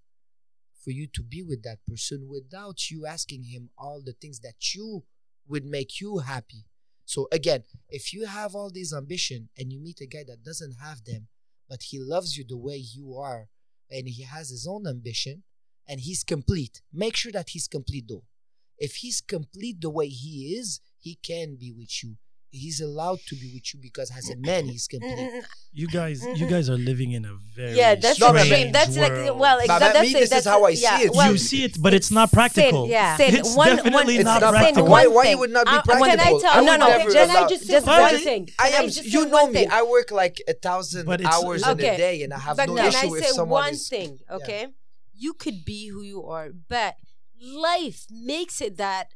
for you to be with that person without you asking him all the things that you would make you happy so again if you have all these ambition and you meet a guy that doesn't have them but he loves you the way you are and he has his own ambition and he's complete make sure that he's complete though if he's complete the way he is, he can be with you. He's allowed to be with you because as a man, he's complete. Mm-mm. You guys, you guys are living in a very Yeah, that's No, but strange extreme. That's like world. well, But exactly. that- me, That's, this is that's how I yeah, see it. Well, you see it, but it's not practical. yeah. Sin. It's One- definitely one- not sin, practical. Why, one why thing. you Uh, would not be I- practical? Can I tell? would no, no. never Can I allow- just say Just Why one did- thing. I Can am. just You say know one me. thing? I work like a thousand But it's- hours in Okay. a day, and I have but no can issue I if say someone one is. thing? Okay, you could be who you are, but life makes it that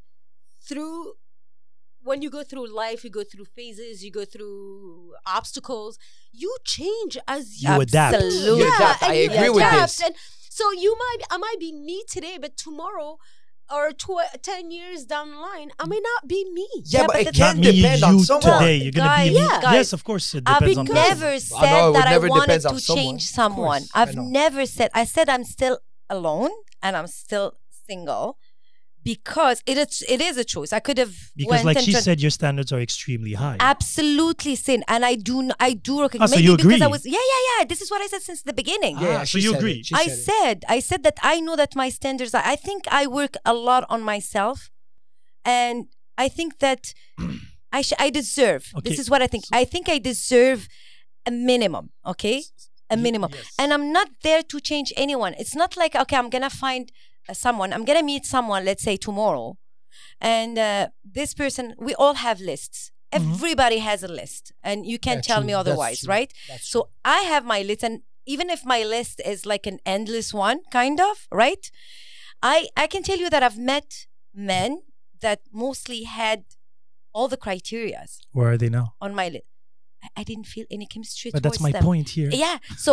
through when you go through life, you go through phases, you go through obstacles, you change as you You adapt. Absolutely. You adapt. I agree with this. And so you might, I might be me today, but tomorrow. Or tw- ten years down the line, I may not be me. Yeah, Yeah, but but it that's- can not me, depend you on someone. today. You're gonna Guys, be me. yeah. guys, yes, of course. It depends I've on because- person. never said know it that I never wanted depends on to someone. change Of course, someone. I I've know. never said. I said I'm still alone and I'm still single because it is it is a choice. I could have Because, went like and she tried- said, your standards are extremely high. absolutely sin, and I do n- I do Ah, recognize. so you because I agree. was yeah yeah yeah. This is what I said since the beginning. Yeah, Ah, she so you said it. agree. She I said it. said, I said that I know that my standards are, I think I work a lot on myself. And I think that I, sh- I deserve, this Okay. is what I think. I think I deserve a minimum, okay? A Ye- minimum. yes. And I'm not there to change anyone. It's not like, okay, I'm going to find uh, someone, I'm going to meet someone, let's say tomorrow. And uh, this person, we all have lists. Everybody has a list, and you can't That's tell true. me That's otherwise, true. right? That's So I have my list, and even if my list is like an endless one, kind of, right? I I can tell you that I've met men that mostly had all the criterias Where are they now? on my list. I, I didn't feel any chemistry But towards that's my them. point here. Yeah. So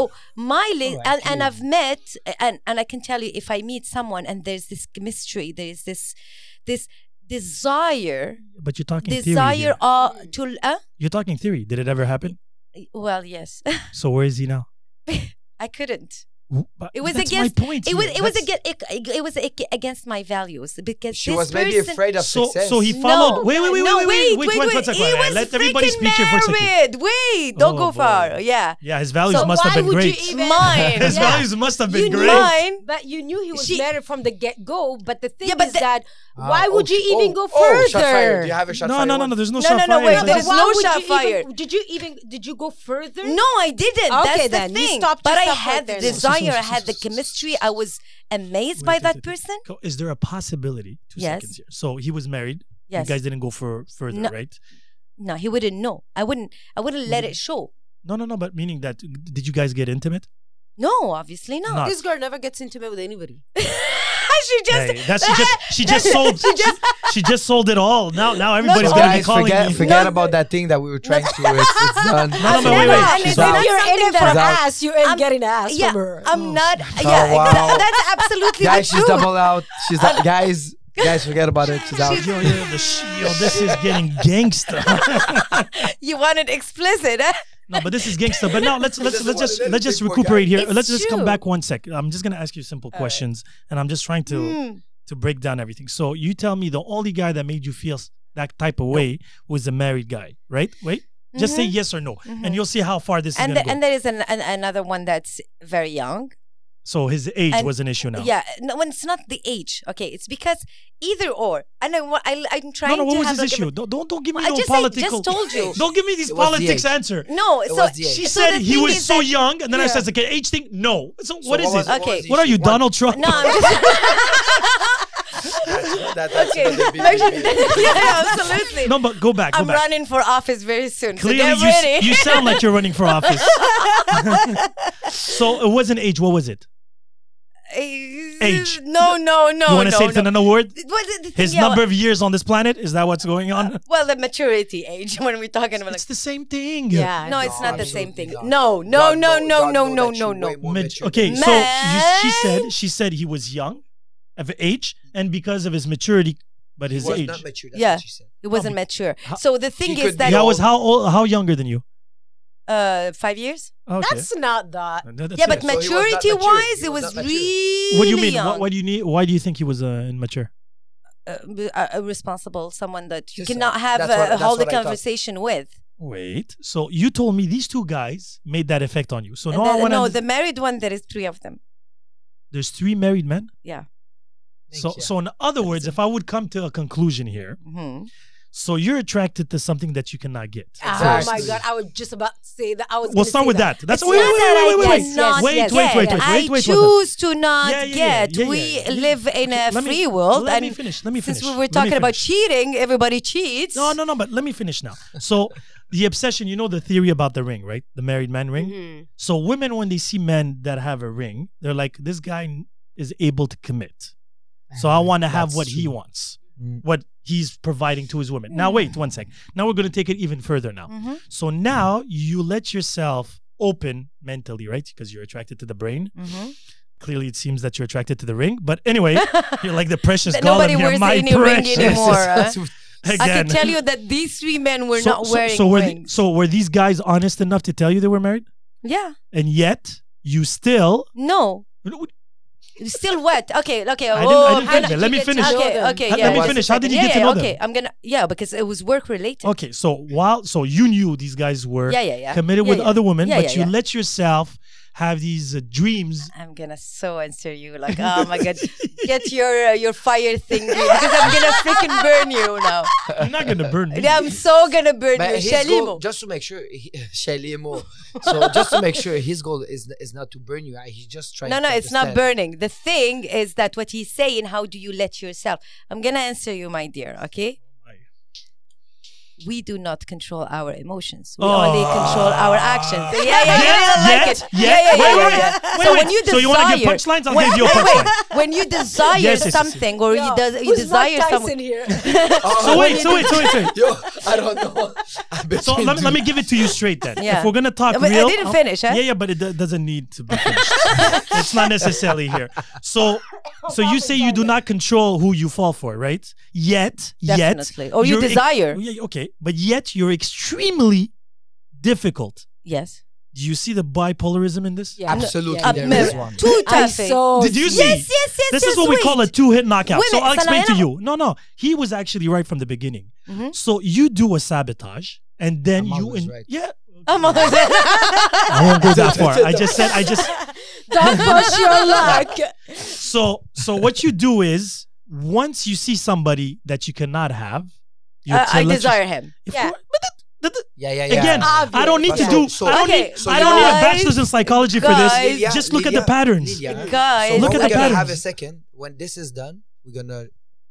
my list, Oh, and, actually. and I've met, and and I can tell you, if I meet someone and there's this chemistry, there is this this desire, But you're talking theory. desire here. uh, to, uh, You're talking theory. Did it ever happen? well, yes, *laughs* So where is he now? I couldn't. W- but It was that's against. my point. It was. here. It was That's- against. It, it, it was ag- against my values because She this was person, maybe afraid of So, success. so he No, followed. wait, wait, wait, no, wait, wait, wait, one- one second. He was Let everybody freaking speak here for a second. married. Wait, don't Oh, go boy. far. Yeah, Yeah, his values So must have why been would you great. even- *laughs* mine. His Yeah. values must have been You great. know- Mine. But you knew he was She- married from the get go. But the thing Yeah, but is the- that Ah, why oh, would you sh- even oh, go oh, further? shot fired. Do you have a shot No, fired no, no, one? no. There's no No, shot no, no, wait, fired. But there is why no would shot you even- fired. did you even? Did you go further? No, I didn't. Okay, That's then, the you thing. stopped but I yourself right had the there then. desire. I had the chemistry. I was amazed Wait, by wait, that wait, wait. person. Co- Is there a possibility? Two Yes. seconds here. So he was married. Yes. You guys didn't go for further, No. right? No, he wouldn't know. I wouldn't. I wouldn't let it show. No, no, no. But meaning that, did you guys get intimate? No, obviously not. Not. This girl never gets intimate with *laughs* anybody. she just Hey, that's she *laughs* just she just sold she just, sold it all. Now now everybody's So gonna be guys, calling forget, me. forget about that thing that we were trying to. It's, *laughs* it's done. No, no, but wait, wait. And Oh, She's it's out. not you're in something it for that- She's out. ass, you're in I'm- getting ass yeah, from her. I'm not. Yeah, Oh, wow. that- that's absolutely Guys, the she's truth. double out. She's out. Guys, guys, forget about it. *laughs* She's out. Yo, yo, the sh- yo, this is getting gangster. *laughs* You want it explicit? Eh? no, but this is gangster. But now let's let's is let's what just it is, let's just big boy guy. recuperate here. It's let's just come true. back one sec. I'm just gonna ask you simple questions, and I'm just trying to Mm. Mm-hmm. to break down everything. So you tell me the only guy that made you feel s- that type of way was a married guy, right? Wait, just say yes or no, and you'll see how far this is Mm-hmm. And gonna the- go. and there is an, an, another one that's very young. so his age and- was an issue now. Yeah, no, when it's not the age. Okay, it's because either or. And I, wa- I I'm No, trying no. to What was have his like a- issue? Don't don't don't give me I no just- I just political. told you. Don't give me these It was the politics age. answer. No, so was the age. She so said the he thing was is so that- young, and then I Yeah. says like age thing. No. So, So what is was- it? what Okay. was the What are issue? you, One- Donald Trump? No, I'm just That- *laughs* that- that's okay. another big *laughs* *laughs* issue. *laughs* yeah, *laughs* absolutely. No, but go back. Go I'm back. running for office very soon. Clearly, so you, get ready. s- you sound like you're *laughs* running for office. *laughs* so it wasn't age. What was it? Age. *laughs* No, no, no. you want to no, say it's no. an award? Th- well, the- the thing- His yeah, number of years on this planet is that what's going on? Well, the maturity age *laughs* when we're talking about it's like. the same thing. yeah. No, it's not the same absolutely thing. not. No, no, God no, know- no, God no, know no, that you're no, way no. more Maj- mature okay, than- so you, she Man. said she said he was young, of age, and because of his maturity, but his was age. not mature. That's Yeah. what she said. It wasn't mature. How- So the thing He is could that be Yeah, I was how old? How younger than you? uh, five years. Okay. That's not that. That- that's yeah, it. but So he was not mature. maturity wise, He it was was, not mature. really what do you mean? Why, young. why do you need? Why do you think he was uh, immature? uh, b- uh, uh, responsible, someone that you Just, uh, cannot have that's what- a, a that's whole what I thought. conversation with. Wait. So you told me these two guys made that effect on you. So And now I the- want no, to. the married one, there is three of them. there's three married men. Yeah. Thank So, you. so in other words, if I would come to a conclusion here, hmm so you're attracted to something that you cannot get. Ah, Oh my Exactly. god, I was just about to say that. I was. We'll gonna start say with that. That's It's wait, wait, not that wait, I wait, wait, cannot wait, get. wait, wait, wait, wait, I wait, wait, wait. choose to not Yeah, yeah, yeah, get. yeah, yeah, we yeah. live in a Let me- free world, Let and me finish. Let me finish. since we let were me talking about finish. cheating, everybody cheats. No, no, no. But let me finish now. So the obsession, you know, the theory about the ring, right? The married man ring. Mhm. So women, when they see men that have a ring, they're like, this guy is able to commit. So I want to have That's what he true. wants, Mm. what he's providing to his women. Now wait one sec. Now we're going to take it even further now. Mhm. So now you let yourself open mentally, right? Because you're attracted to the brain. Mhm. Clearly, it seems that you're attracted to the ring. But *laughs* anyway, you're like the precious That golem nobody here. wears My any ring precious. anymore, *laughs* huh? I Again. can tell you that these three men were so, not so- wearing so were the- rings. so were these guys honest enough to tell you they were married? yeah, And yet you still. no, I didn't- still wet. Okay, okay. I oh, didn't finish how- that. Let me get to finish. know Okay, them. okay, Let yeah. me one finish. How second. did you yeah, get to yeah, know them? Oh. Okay, I'm gonna. Yeah, because it was work related. Okay, so while so you knew these guys were Yeah, yeah, yeah. committed Yeah, with yeah. other women, Yeah, but you yeah, yeah. let yourself have these uh, dreams. I'm gonna so answer you like, oh my god, get your uh, your fire *laughs* thing because I'm gonna freaking burn you now. You're not gonna burn *laughs* me. I'm so gonna burn But you, his goal, Shalimo. just to make sure, he, *laughs* Shalimo. So just to make sure, his goal is is not to burn you. He's just trying. No, to no, it's not understand. burning. The thing is that what he's saying, how do you let yourself? I'm gonna answer you, my dear. Okay. my. We do not control our emotions. We only control our actions. Yeah, yeah, yeah. Yet, yeah, I like Oh. yet, it. yet. Yeah, yeah, Wait, wait, yeah, yeah, wait. yeah. Wait, so wait. when you So desire, you wanna give punchlines? I'll give you a *laughs* punchline. When you desire Yes, yes, yes, yes. something, or you, Yo, des- you who's desire Mike Tyson something, *laughs* here? Oh, So wait, so wait, so *laughs* wait, so wait. Yo, I don't know. I bet So you let me, do. let me give it to you straight then. Yeah. If we're gonna talk I mean, I real, didn't finish, eh? huh? Yeah, yeah, but it do- doesn't need to be finished. *laughs* it's not necessarily here. So, so you say you do not control who you fall for, right? Yet, Definitely. yet, Or you you're ex- desire. yeah, okay, but yet you're extremely difficult. yes, Do you see the bipolarism in this? Yeah. Absolutely, Yeah. there no. is one. too I tough. so Did you see? Oh, Yes, yes, yes, This yes, is what we call a wait. two-hit knockout. Wait a so minute, I'll explain to Sanayana- you. No, no, he was actually right from the beginning. Mm-hmm. So you do a sabotage, and then I'm you, always in- right. yeah, I'm all *laughs* I won't go that far. I just said I just don't push your luck. so so what you do is once you see somebody that you cannot have, you Uh, I tell- let's desire just- him. If Yeah. you- but that- that- that- Yeah, yeah, yeah. Again, I don't need to But do. so- I don't okay, need. so I don't need a guys- bachelor's in psychology for this. guys- Lilia- just look at the Lilia- patterns. Lilia, Guys. so Look what at we're the gonna have patterns. a second. When this is done, we're gonna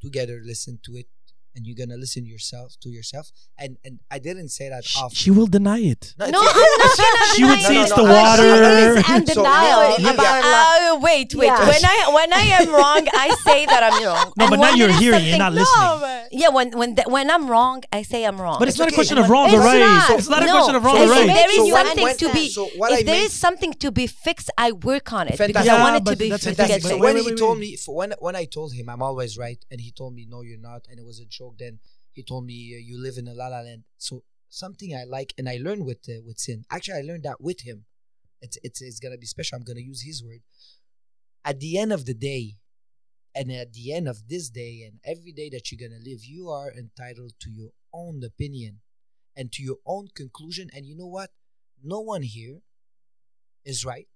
together listen to it and you're gonna listen yourself to yourself. And and I didn't say that She, often. she will deny it. No, No, *laughs* it's- I'm not gonna She would deny say it. it's the no, no, water. She is in So, denial yeah, yeah. about life. Uh, wait, wait. Yeah. When I when I am wrong, I say that I'm *laughs* wrong. No, And but when now you're it is hearing, you're something- not listening. No, Yeah, when when the, when I'm wrong, I say I'm wrong. But it's, It's not a okay. question of wrong or It's right. not. It's not a No. question of wrong If or It's right. There is So what- something what- to be. so what if I there meant- is something to be fixed, I work on it because Fantastic. I want it Yeah, to be but that's fixed. fantastic. Fantastic. But But wait, when wait, he wait, told wait. me, for when when I told him I'm always right, and he told me no, you're not, and it was a joke. Then he told me uh, you live in a la la land. So something I like, and I learned with uh, with Sin. Actually, I learned that with him. It's it's it's gonna be special. I'm gonna use his word. At the end of the day, and at the end of this day, and every day that you're gonna live, you are entitled to your own opinion, and to your own conclusion. And you know what? No one here is right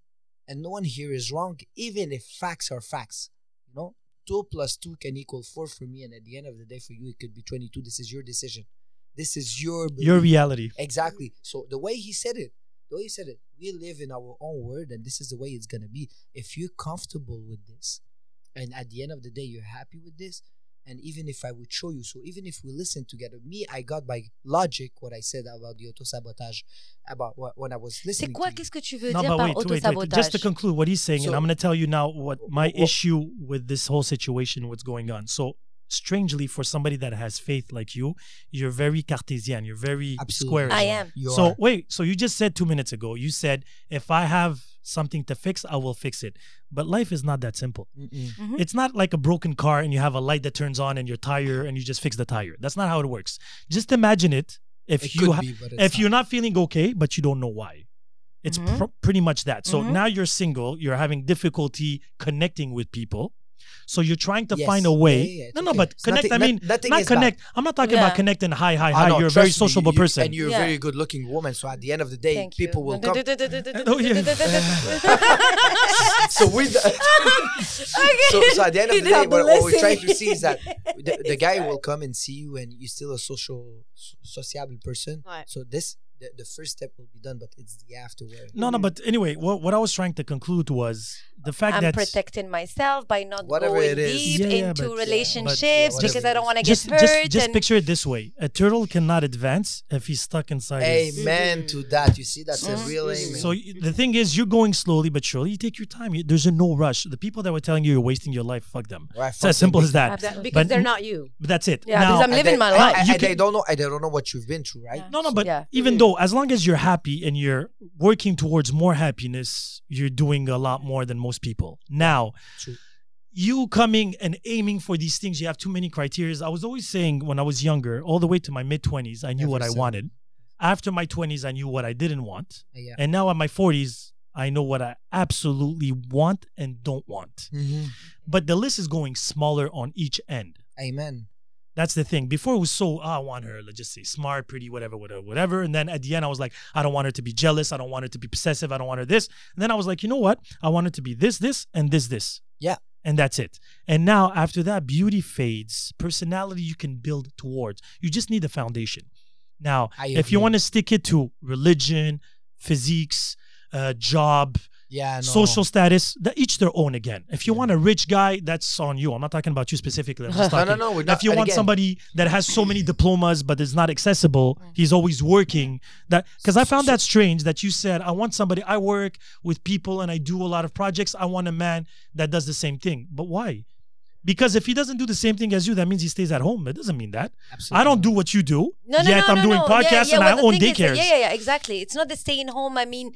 and no one here is wrong, even if facts are facts. You know, two plus two can equal four for me, and at the end of the day, for you, it could be 22. This is your decision. This is your belief. Your reality. exactly. So the way he said it, the way he said it, we live in our own world, and this is the way it's gonna be. If you're comfortable with this, and at the end of the day, you're happy with this. And even if I would show you, so even if we listen together, me, I got by logic what I said about the auto sabotage, about what, when I was C'est listening. quoi to you. qu'est-ce que tu veux No, dire but par wait, wait, wait. autosabotage? Just to conclude what he's saying, and So- I'm going to tell you now what my Wh- wh- issue with this whole situation, what's going on. So, strangely, for somebody that has faith like you, you're very Cartesian, you're very Absolutely. square. I am. You so, are. wait, so you just said two minutes ago, you said, if I have something to fix, I will fix it. But life is not that simple. Mm-mm. Mhm. It's not like a broken car and you have a light that turns on and your tire and you just fix the tire. That's not how it works. Just imagine it if It you could ha- be, but it's not. if Mm-hmm. you're not feeling okay, but you don't know why. It's Mhm. pr- pretty much that. So Mhm. now you're single, you're having difficulty connecting with people. So you're trying to Yes. find a Yeah, way. yeah, yeah, it's no, no, okay. but It's connect. nothing- I mean, no- nothing not is bad. connect. I'm not talking about Yeah. connecting. Hi, hi, I hi. know, you're a very trust me, sociable you- person. and you're Yeah. a very good-looking woman. So at the end of the day, Thank you. people will come. *laughs* Oh, yeah. so with the, so, so at the end *laughs* of the day, what, what we're trying to see is that the, the guy will come and see you, and you're still a social, so- sociable person. Right. So this, the, the first step will be done, but it's the afterward. no, no, but anyway, what, what I was trying to conclude was the fact I'm that protecting myself by not Whatever going it is. deep Yeah, yeah, into but- relationships Yeah, but- because I don't want to get just, hurt. just, just and picture it this way: a turtle cannot advance if he's stuck inside. his- Amen to that. You see, that's Mm-hmm. a real amen. So y- the thing is, you're going slowly but surely. You take your time. You- There's a no rush. The people that were telling you you're wasting your life, fuck them. Right, it's fuck as simple them. as that. Absolutely. That- because But they're n- not you. But that's it. Yeah, Now, because I'm And living they- my and- life. and You they can- don't know. And they don't know what you've been through, right? Yeah. no, no, but Yeah. Mm-hmm. even though, as long as you're happy and you're working towards more happiness, you're doing a lot more than most people. Now, True. you coming and aiming for these things, you have too many criteria. I was always saying when I was younger, all the way to my mid 20s, I knew what I Everything. wanted. After my 20s, I knew what I didn't want. Yeah. And now at my 40s, I know what I absolutely want and don't want. Mhm. But the list is going smaller on each end. Amen. That's the thing. Before it was so, "Ah, I want her, let's just say smart, pretty, whatever, whatever, whatever. And then at the end, I was like, I don't want her to be jealous. I don't want her to be possessive. I don't want her this. And then I was like, you know what? I want her to be this, this, and this, this. Yeah. And that's it. And now after that, beauty fades. Personality you can build towards. You just need a foundation. Now, I if you agree. want to stick it to religion, physiques, uh, job, Yeah. No. social status, the, each their own again. If you Yeah. want a rich guy, that's on you. I'm not talking about you specifically. *laughs* I'm just *laughs* No, talking. no, no. We're not, if you and want again, somebody that has so many diplomas but is not accessible, Mm. he's always working. That because I found that strange that you said I want somebody. I work with people and I do a lot of projects. I want a man that does the same thing. But why? Because if he doesn't do the same thing as you, that means he stays at home. It doesn't mean that. I don't do what you do. no, no, yet no, I'm no, doing no. Yeah, podcasts yeah, and well, I the own thing is that- daycares. Yeah, yeah, yeah, exactly. It's not the staying home. I mean,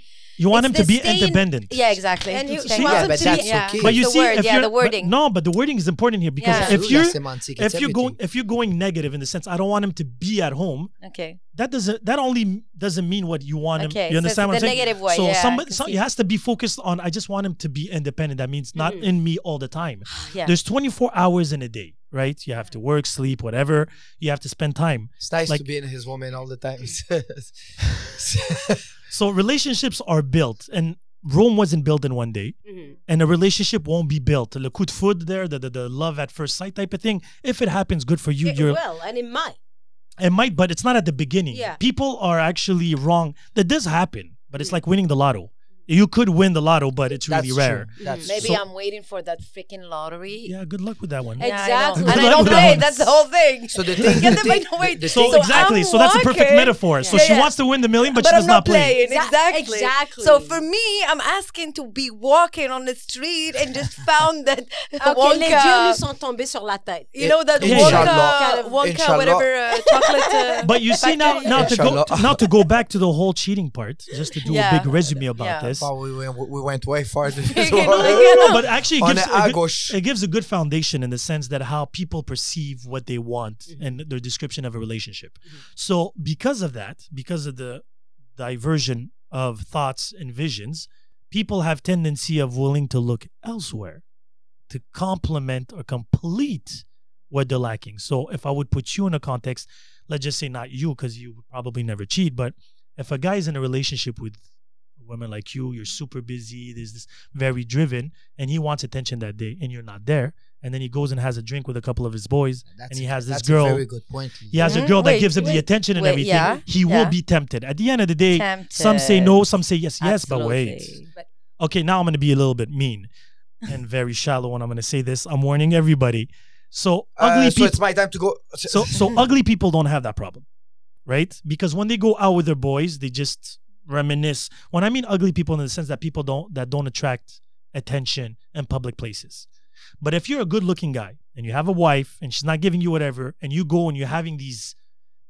You want him it's to the be staying- independent. Yeah, exactly. And you- Exactly. she wants Yeah, but to be- that's yeah. okay. But you the see, word, if yeah, you're, the but- wording. no, but the wording is important here because Yeah. if Absolutely, you're that's semantic, if it's you're going everything. if you're going negative in the sense I don't want him to be at home, Okay. that doesn't that only m- doesn't mean what you want Okay, him. You so it's understand what I'm the saying? negative way, so yeah, I somebody can some, see. it has to be focused on. I just want him to be independent. That means not Mhm. in me all the time. *sighs* Mm-hmm. Yeah. Mm-hmm. There's 24 hours in a day, right? You have to work, sleep, whatever. You have to spend time. It's nice Like- to be in his woman all the *laughs* time. *laughs* So relationships are built, and Rome wasn't built in one day. Mhm. and a relationship won't be built. Le coup de foudre there, the, the, the love at first sight type of thing. If it happens, good for you. It You're, will, and it might. it might, but it's not at the beginning. Yeah. Mm. People are actually wrong. That does happen, but it's like winning the lotto. You could win the lotto, but it's That's really true. Mm. rare. That's Maybe true. I'm waiting for that freaking lottery. Yeah, good luck with that one. Yeah, I Exactly. don't- and Good I luck don't with that *laughs* play. one. That's the whole thing. So the thing, Yeah, the but thing, no, wait. the So, thing- exactly. I'm so that's a perfect walking. metaphor. So Yeah, she yeah. wants to win the million, but, she I'm does not play. playing. Exac- Exactly. exactly. So for me, I'm asking to be walking on the street and just found that Ok, les dieux nous Wonka. sont tombés sur la tête. You know that Inshallah. Wonka, Wonka, Inshallah. whatever *laughs* uh, chocolate. Uh, But you see now, factory. now to go Inshallah. now to go back to the whole cheating part, just to do a Yeah. big resume about Yeah. this. Wow, we, went, we went way *laughs* farther. Freaking Well, No, but actually, it On gives, the a good, Agosh. it gives a good foundation in the sense that how people perceive what they want and their description of a relationship. So, because of that, because of the diversion of thoughts and visions, people have tendency of willing to look elsewhere to complement or complete what they're lacking. So, if I would put you in a context, let's just say not you, because you would probably never cheat, but if a guy is in a relationship with a woman like you, you're super busy, there's this very driven, and he wants attention that day, and you're not there, and then he goes and has a drink with a couple of his boys, that's and he a- has this that's girl. A very good point. He has a Mhm. girl that Wait, gives him the wait, attention and wait, everything. yeah, he will yeah. be tempted. At the end of the day, some say no, some say yes, yes, but wait. uh, Absolutely. Okay, now I'm going to be a little bit mean and very shallow when I'm going to say this. I'm warning everybody. So Uh, ugly so people it's my time to go. *laughs* so so ugly people don't have that problem, right? Because when they go out with their boys, they just reminisce. When I mean ugly people, in the sense that people don't that don't attract attention in public places. But if you're a good-looking guy and you have a wife and she's not giving you whatever, and you go and you're having these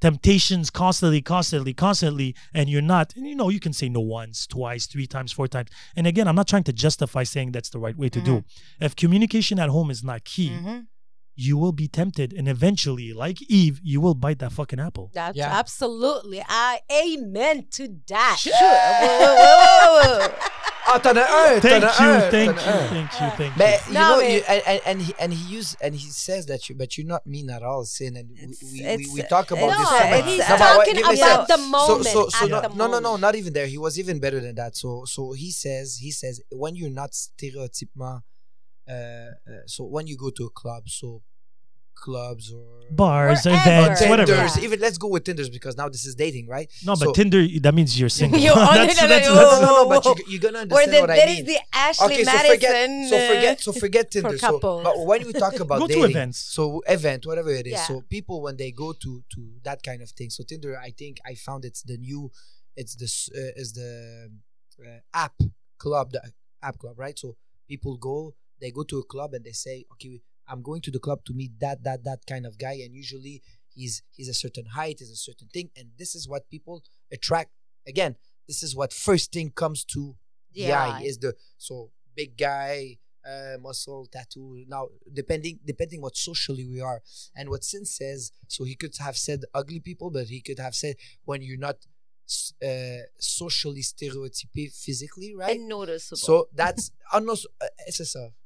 temptations constantly, constantly, constantly, and you're not, and you know, you can say no once, twice, three times, four times. And again, I'm not trying to justify saying that's the right way to do. If communication at home is not key, Mhm. you will be tempted and eventually like eve you will bite that fucking apple That's Yeah. absolutely. I amen to that. Whoa, whoa, whoa, whoa, whoa. Ah, t'en as un, thank t'en you as un, thank t'en as you un. thank you thank you But you No, know, man. you, and, and and he and he used and he says that you, but you're not mean at all, sin. And we, we, we, it's- we talk about No, this so much. he's No, but what- talking give me a about sec. the So, moment. so, so at no, the no, no, no, moment. not even there. He was even better than that. So, so he says, he says, when you're not stereotypement, uh, uh, so when you go to a club, so clubs or bars Wherever. or events Yeah. whatever Tinders, Yeah. even let's go with Tinders because now this is dating, right? no but So- tinder that means you're *laughs* single You're on that's, it, no, no, that's, no, that's- no, no, no, whoa, but you, whoa. you're gonna Or understand the, what I there mean. is the Ashley okay, so Madison. uh, forget, so forget, so forget uh, for Tinder. So, couples. but when we talk about *laughs* Go to dating, events. so event, whatever it is, Yeah. so people when they go to to that kind of thing, so Tinder, I think I found it's the new, it's the s- uh, is the uh, app club, the app club, right? So people go, they go to a club and they say, okay, I'm going to the club to meet that that that kind of guy, and usually he's he's a certain height, is a certain thing, and this is what people attract. Again, this is what first thing comes to yeah, is the so big guy, uh, muscle, tattoo. Now depending depending what socially we are and what Sin says, so he could have said ugly people, but he could have said when you're not s- uh, socially stereotyped physically, right? And noticeable. *laughs* So that's unnos- uh, it's a sub-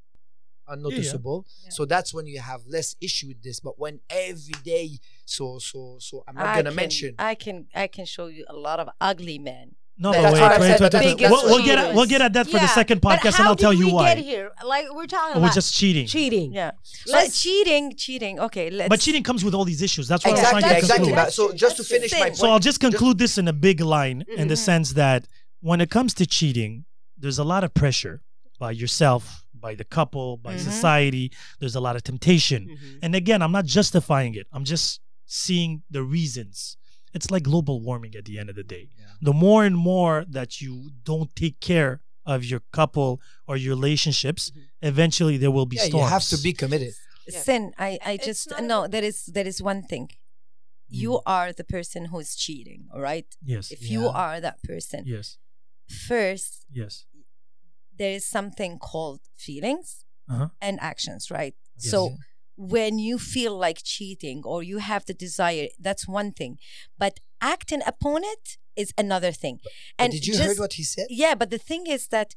unnoticeable. Yeah. So that's when you have less issue with this. But when every day, so so so, I'm not I gonna can- mention. I can I can show you a lot of ugly men. *laughs* no That's but what I wait, said, wait, but wait, that's wait. the We'll, we'll biggest get at, we'll get at that for the Yeah. second But podcast and how I'll tell did you we why Oh, Get here, like we're talking we're about just cheating cheating. Yeah. So Let's- cheating, cheating. Okay, let's but cheating comes with all these issues that's what I'm exactly, trying to exactly. conclude But so That's just to true. finish my Sin. point. So I'll just conclude this in a big line in Mm-hmm. the sense that when it comes to cheating, there's a lot of pressure by yourself, by the couple, by Mm-hmm. society. There's a lot of temptation. And again, I'm not justifying it, I'm just seeing the reasons. It's like global warming at the end of the day. The more and more that you don't take care of your couple or your relationships, eventually there will be Mm-hmm. yeah, storms. you have to be committed. Yeah. sin. I I It's just not no. There is there is one thing. You are the person who's cheating. All right. Yes. If you Mm. Yeah. are that person, Yes. first Yes. there is something called feelings Uh-huh. and actions. Right. Yes. So when you feel like cheating or you have the desire, that's one thing. But acting upon it is another thing. But did you heard what he said? Yeah, but the thing is that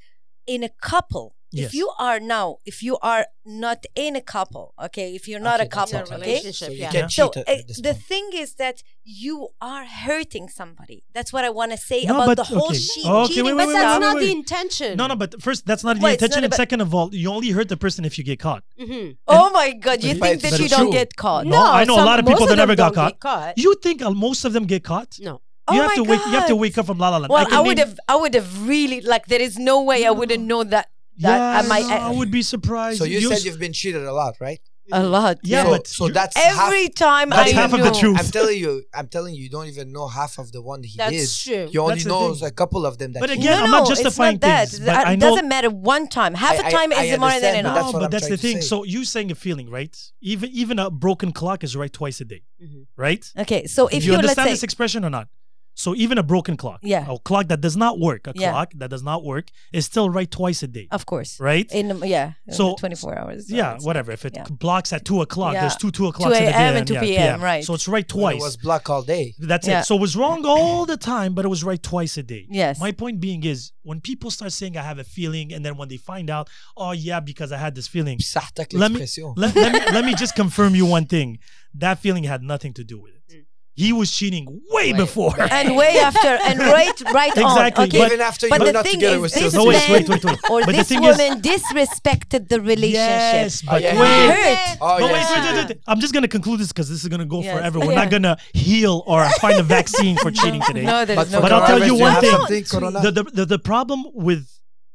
in a couple, Yes. if you are now, if you are not in a couple, okay, if you're Okay, not a that's couple, okay. okay. relationship, So you yeah. can So cheat at- uh, at this the point. thing is that you are hurting somebody. That's what I want to say No, about but- the whole okay. sheet. Okay, cheating wait, wait, But wait, that's wait, not wait, the wait. intention. No, no, but first, that's not the Well, it's intention. not and about- second of all, you only hurt the person if you get caught. Mhm. Oh my God! You But think it's- that but you it's don't true. get caught? No, I know a some- lot of people most that them never got don't caught. get caught. You think uh, most of them get caught? No. You Oh you have my to wake. You have to God. wake up from La La Land. Well, can I, would name- have, I would have really like. There is no way I wouldn't know that. That Yes, I might I would be surprised. So you You're said s- you've been cheated a lot, right? a lot. Yeah, so, but so you- that's Every half, time That's I half of the know. *laughs* truth. I'm telling you, I'm telling you, you don't even know half of the one he That's is. true. You only That's the knows thing. a couple of them. That But he- again, no, I'm no, not justifying it's not things, that. but That I know- doesn't matter. One time, half I- I- the time I is more than understand, but enough. that's what but I'm that's the trying to thing. say. So you saying a feeling, right? Even even a broken clock is right twice a day, Mhm. right? Okay, so Mm-hmm. if you you let's understand say this expression or not? So even a broken clock, Yeah. a clock that does not work, a Yeah. Uh, clock that does not work, is still right twice a day, Of course. right? In yeah. So- So twenty four hours. so yeah, it's- whatever. If it yeah. blocks at two o'clock, Yeah. there's two two o'clocks in the 2 day a.m. and 2 yeah, p.m., right. So it's right Well, twice. It was black all day. That's Yeah. it. So it was wrong all the time, but it was right twice a day. Yes. My point being is when people start saying I have a feeling, and then when they find out, oh yeah, because I had this feeling. بصحتك Let me- l'expression. Let, *laughs* let me let me just confirm you one thing. That feeling had nothing to do with Mm. it. He was cheating way Right. before. And way after and right right Exactly, on. Okay. Even after but you were the not thing together, we're is, still this No, wait, man wait, wait, wait. or But the this thing is- woman disrespected the relationship. *laughs* Yes, but yeah. It wait. hurt. Oh, But wait, yes. wait, wait, wait. I'm just gonna conclude this because this is gonna go Yes. *laughs* forever. We're Yeah. not gonna heal or find a vaccine for *laughs* cheating today. No, there's But no. for But I'll tell Corona, you do one have thing. something, Corona? The, the, the, the problem with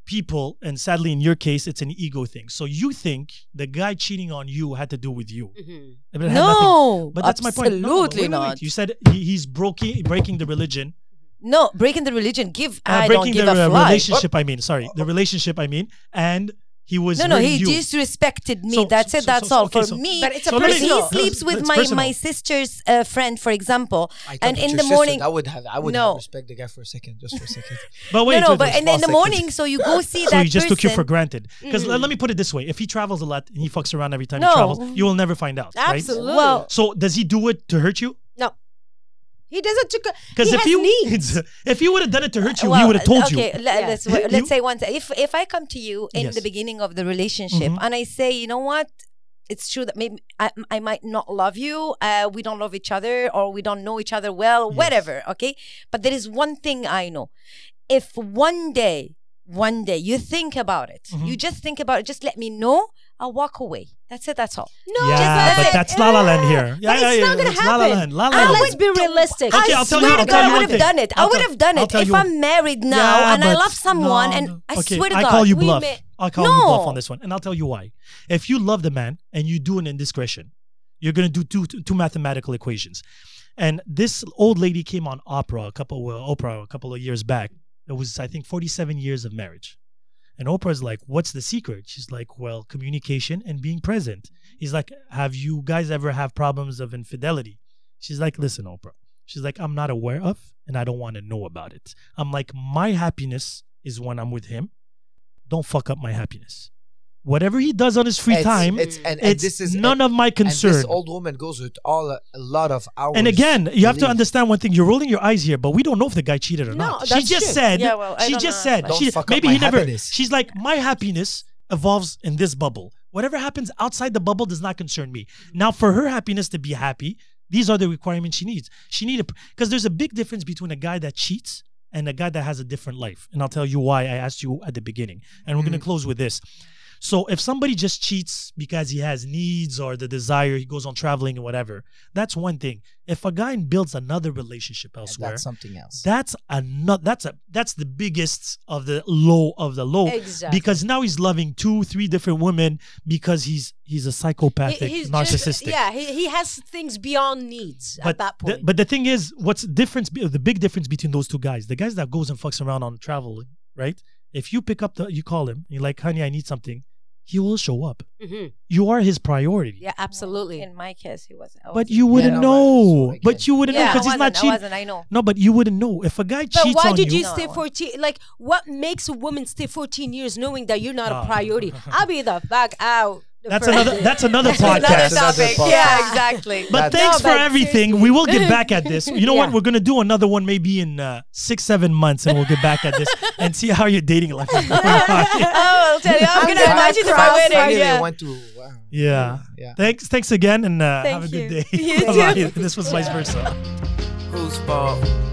people, and sadly in your case, it's an ego thing. So you think the guy cheating on you had to do with you. Mhm. But it had nothing- Mm. No, But that's my point. No, but Absolutely wait, wait, wait. not. You said he, he's breaking breaking the religion. No, breaking the religion. Give. Uh, I don't breaking give the a uh, fly. relationship, I mean. Sorry. The relationship, I mean. And he was. No, no, hurting he you. disrespected me. So- that's so- it. That's so- all. okay, For so- me, But it's a So let me- he personal. no, sleeps no, with it's my, personal. my sister's uh, friend, for example, I thought and with in your the sister, morning. I would have, I would No. have respect the guy for a second, just for a *laughs* second. But wait, no, no, wait, but wait. and then in the Small morning, so you go see that. so you just person, Mm. took you for granted. Because let me put it this way: if he travels a lot and he fucks around every time he No. travels, you will never find out. Right? Absolutely. Well- So does he do it to hurt you? no. He doesn't. Because if has you needs. *laughs* if he would have done it to hurt you, Well, he would have told okay, you. le- Yeah. let's w- You- let's say once if if I come to you in Yes. the beginning of the relationship Mhm. and I say, you know what, it's true that maybe I, I might not love you, uh, we don't love each other, or we don't know each other well, Yes. whatever. Okay, but there is one thing I know: if one day, one day you think about it, Mhm. you just think about it, just let me know, I'll walk away. That's it. That's all. No, yeah, just but let- that's La La Land Yeah. here. Yeah, but yeah, it's yeah. not gonna it's La La happen. Land. Oh, La La And Land. let's be realistic. Okay, I'll I tell swear you- I'll to tell God, you I one would thing. have done it. I I'll would tell- have done I'll it tell if you one- I'm married now Yeah, and I but love someone no, and no. I okay, swear to I God. call you we bluff. may- I'll call you bluff No. on this one, and I'll tell you why. If you love the man and you do an indiscretion, you're gonna do two two mathematical equations. And this old lady came on opera a couple well, Oprah a couple of years back. It was I think 47 years of marriage. And Oprah's like, "What's the secret?" She's like, "Well, communication and being present." Mm-hmm. He's like, "Have you guys ever have problems of infidelity?" She's like, "Listen, Oprah." She's like, "I'm not aware of and I don't want to know about it." I'm like, "My happiness is when I'm with him. Don't fuck up my happiness. Whatever he does on his free It's- time, it's, it's- and, and this is none of my and concern." this old woman goes with all a, a lot of hours. And again, you have to Believe. understand one thing. You're rolling your eyes here, but we don't know if the guy cheated or No, not. She that's just true. said. Yeah, well, I she don't just know. said. Don't she, fuck up maybe my he never. happiness. She's like, my happiness evolves in this bubble. Whatever happens outside the bubble does not concern me. Now, for her happiness to be happy, these are the requirements she needs. She need a because there's a big difference between a guy that cheats and a guy that has a different life. And I'll tell you why I asked you at the beginning. And we're Mm. gonna close with this. So if somebody just cheats because he has needs or the desire, he goes on traveling and whatever, that's one thing. If a guy builds another relationship elsewhere, That's something else. that's another that's a that's the biggest of the low of the low. Exactly. Because now he's loving two, three different women because he's he's a psychopathic He- he's narcissistic. Just, yeah, he, he has things beyond needs at that the- point. but the thing is, what's difference? be- The big difference between those two guys, the guys that goes and fucks around on traveling, right? If you pick up the, you call him, you're like, honey, I need something. He will show up. Mhm. You are his priority. Yeah, absolutely. In my case, he was. I But wasn't. you wouldn't no, know. but- so But you wouldn't know Yeah, because I he's not wasn't, I cheating. wasn't. I know. No, but you wouldn't know if a guy But cheats why on did you, you. No, stay I won't. 14? Like, what makes a woman stay 14 years knowing that you're not Ah. a *laughs* priority? I'll be the fuck out. the *laughs* That's first another. day. That's another Another podcast. Another topic. podcast. Yeah, exactly. But That's- thanks No, but for everything. We will get back at this. You know what? Yeah. We're gonna do another one maybe in uh, six, seven months, and we'll get back at this and see how your dating life is *laughs* going. oh, I'll tell you. I'm, I'm gonna gonna invite you to cross my my- wedding. Finally, I Yeah. went to. Wow. Yeah. Yeah. Thanks. Thanks again, and uh, Thank have a *laughs* good you. day. *laughs* You Bye-bye. too. This was vice versa. Whose fault?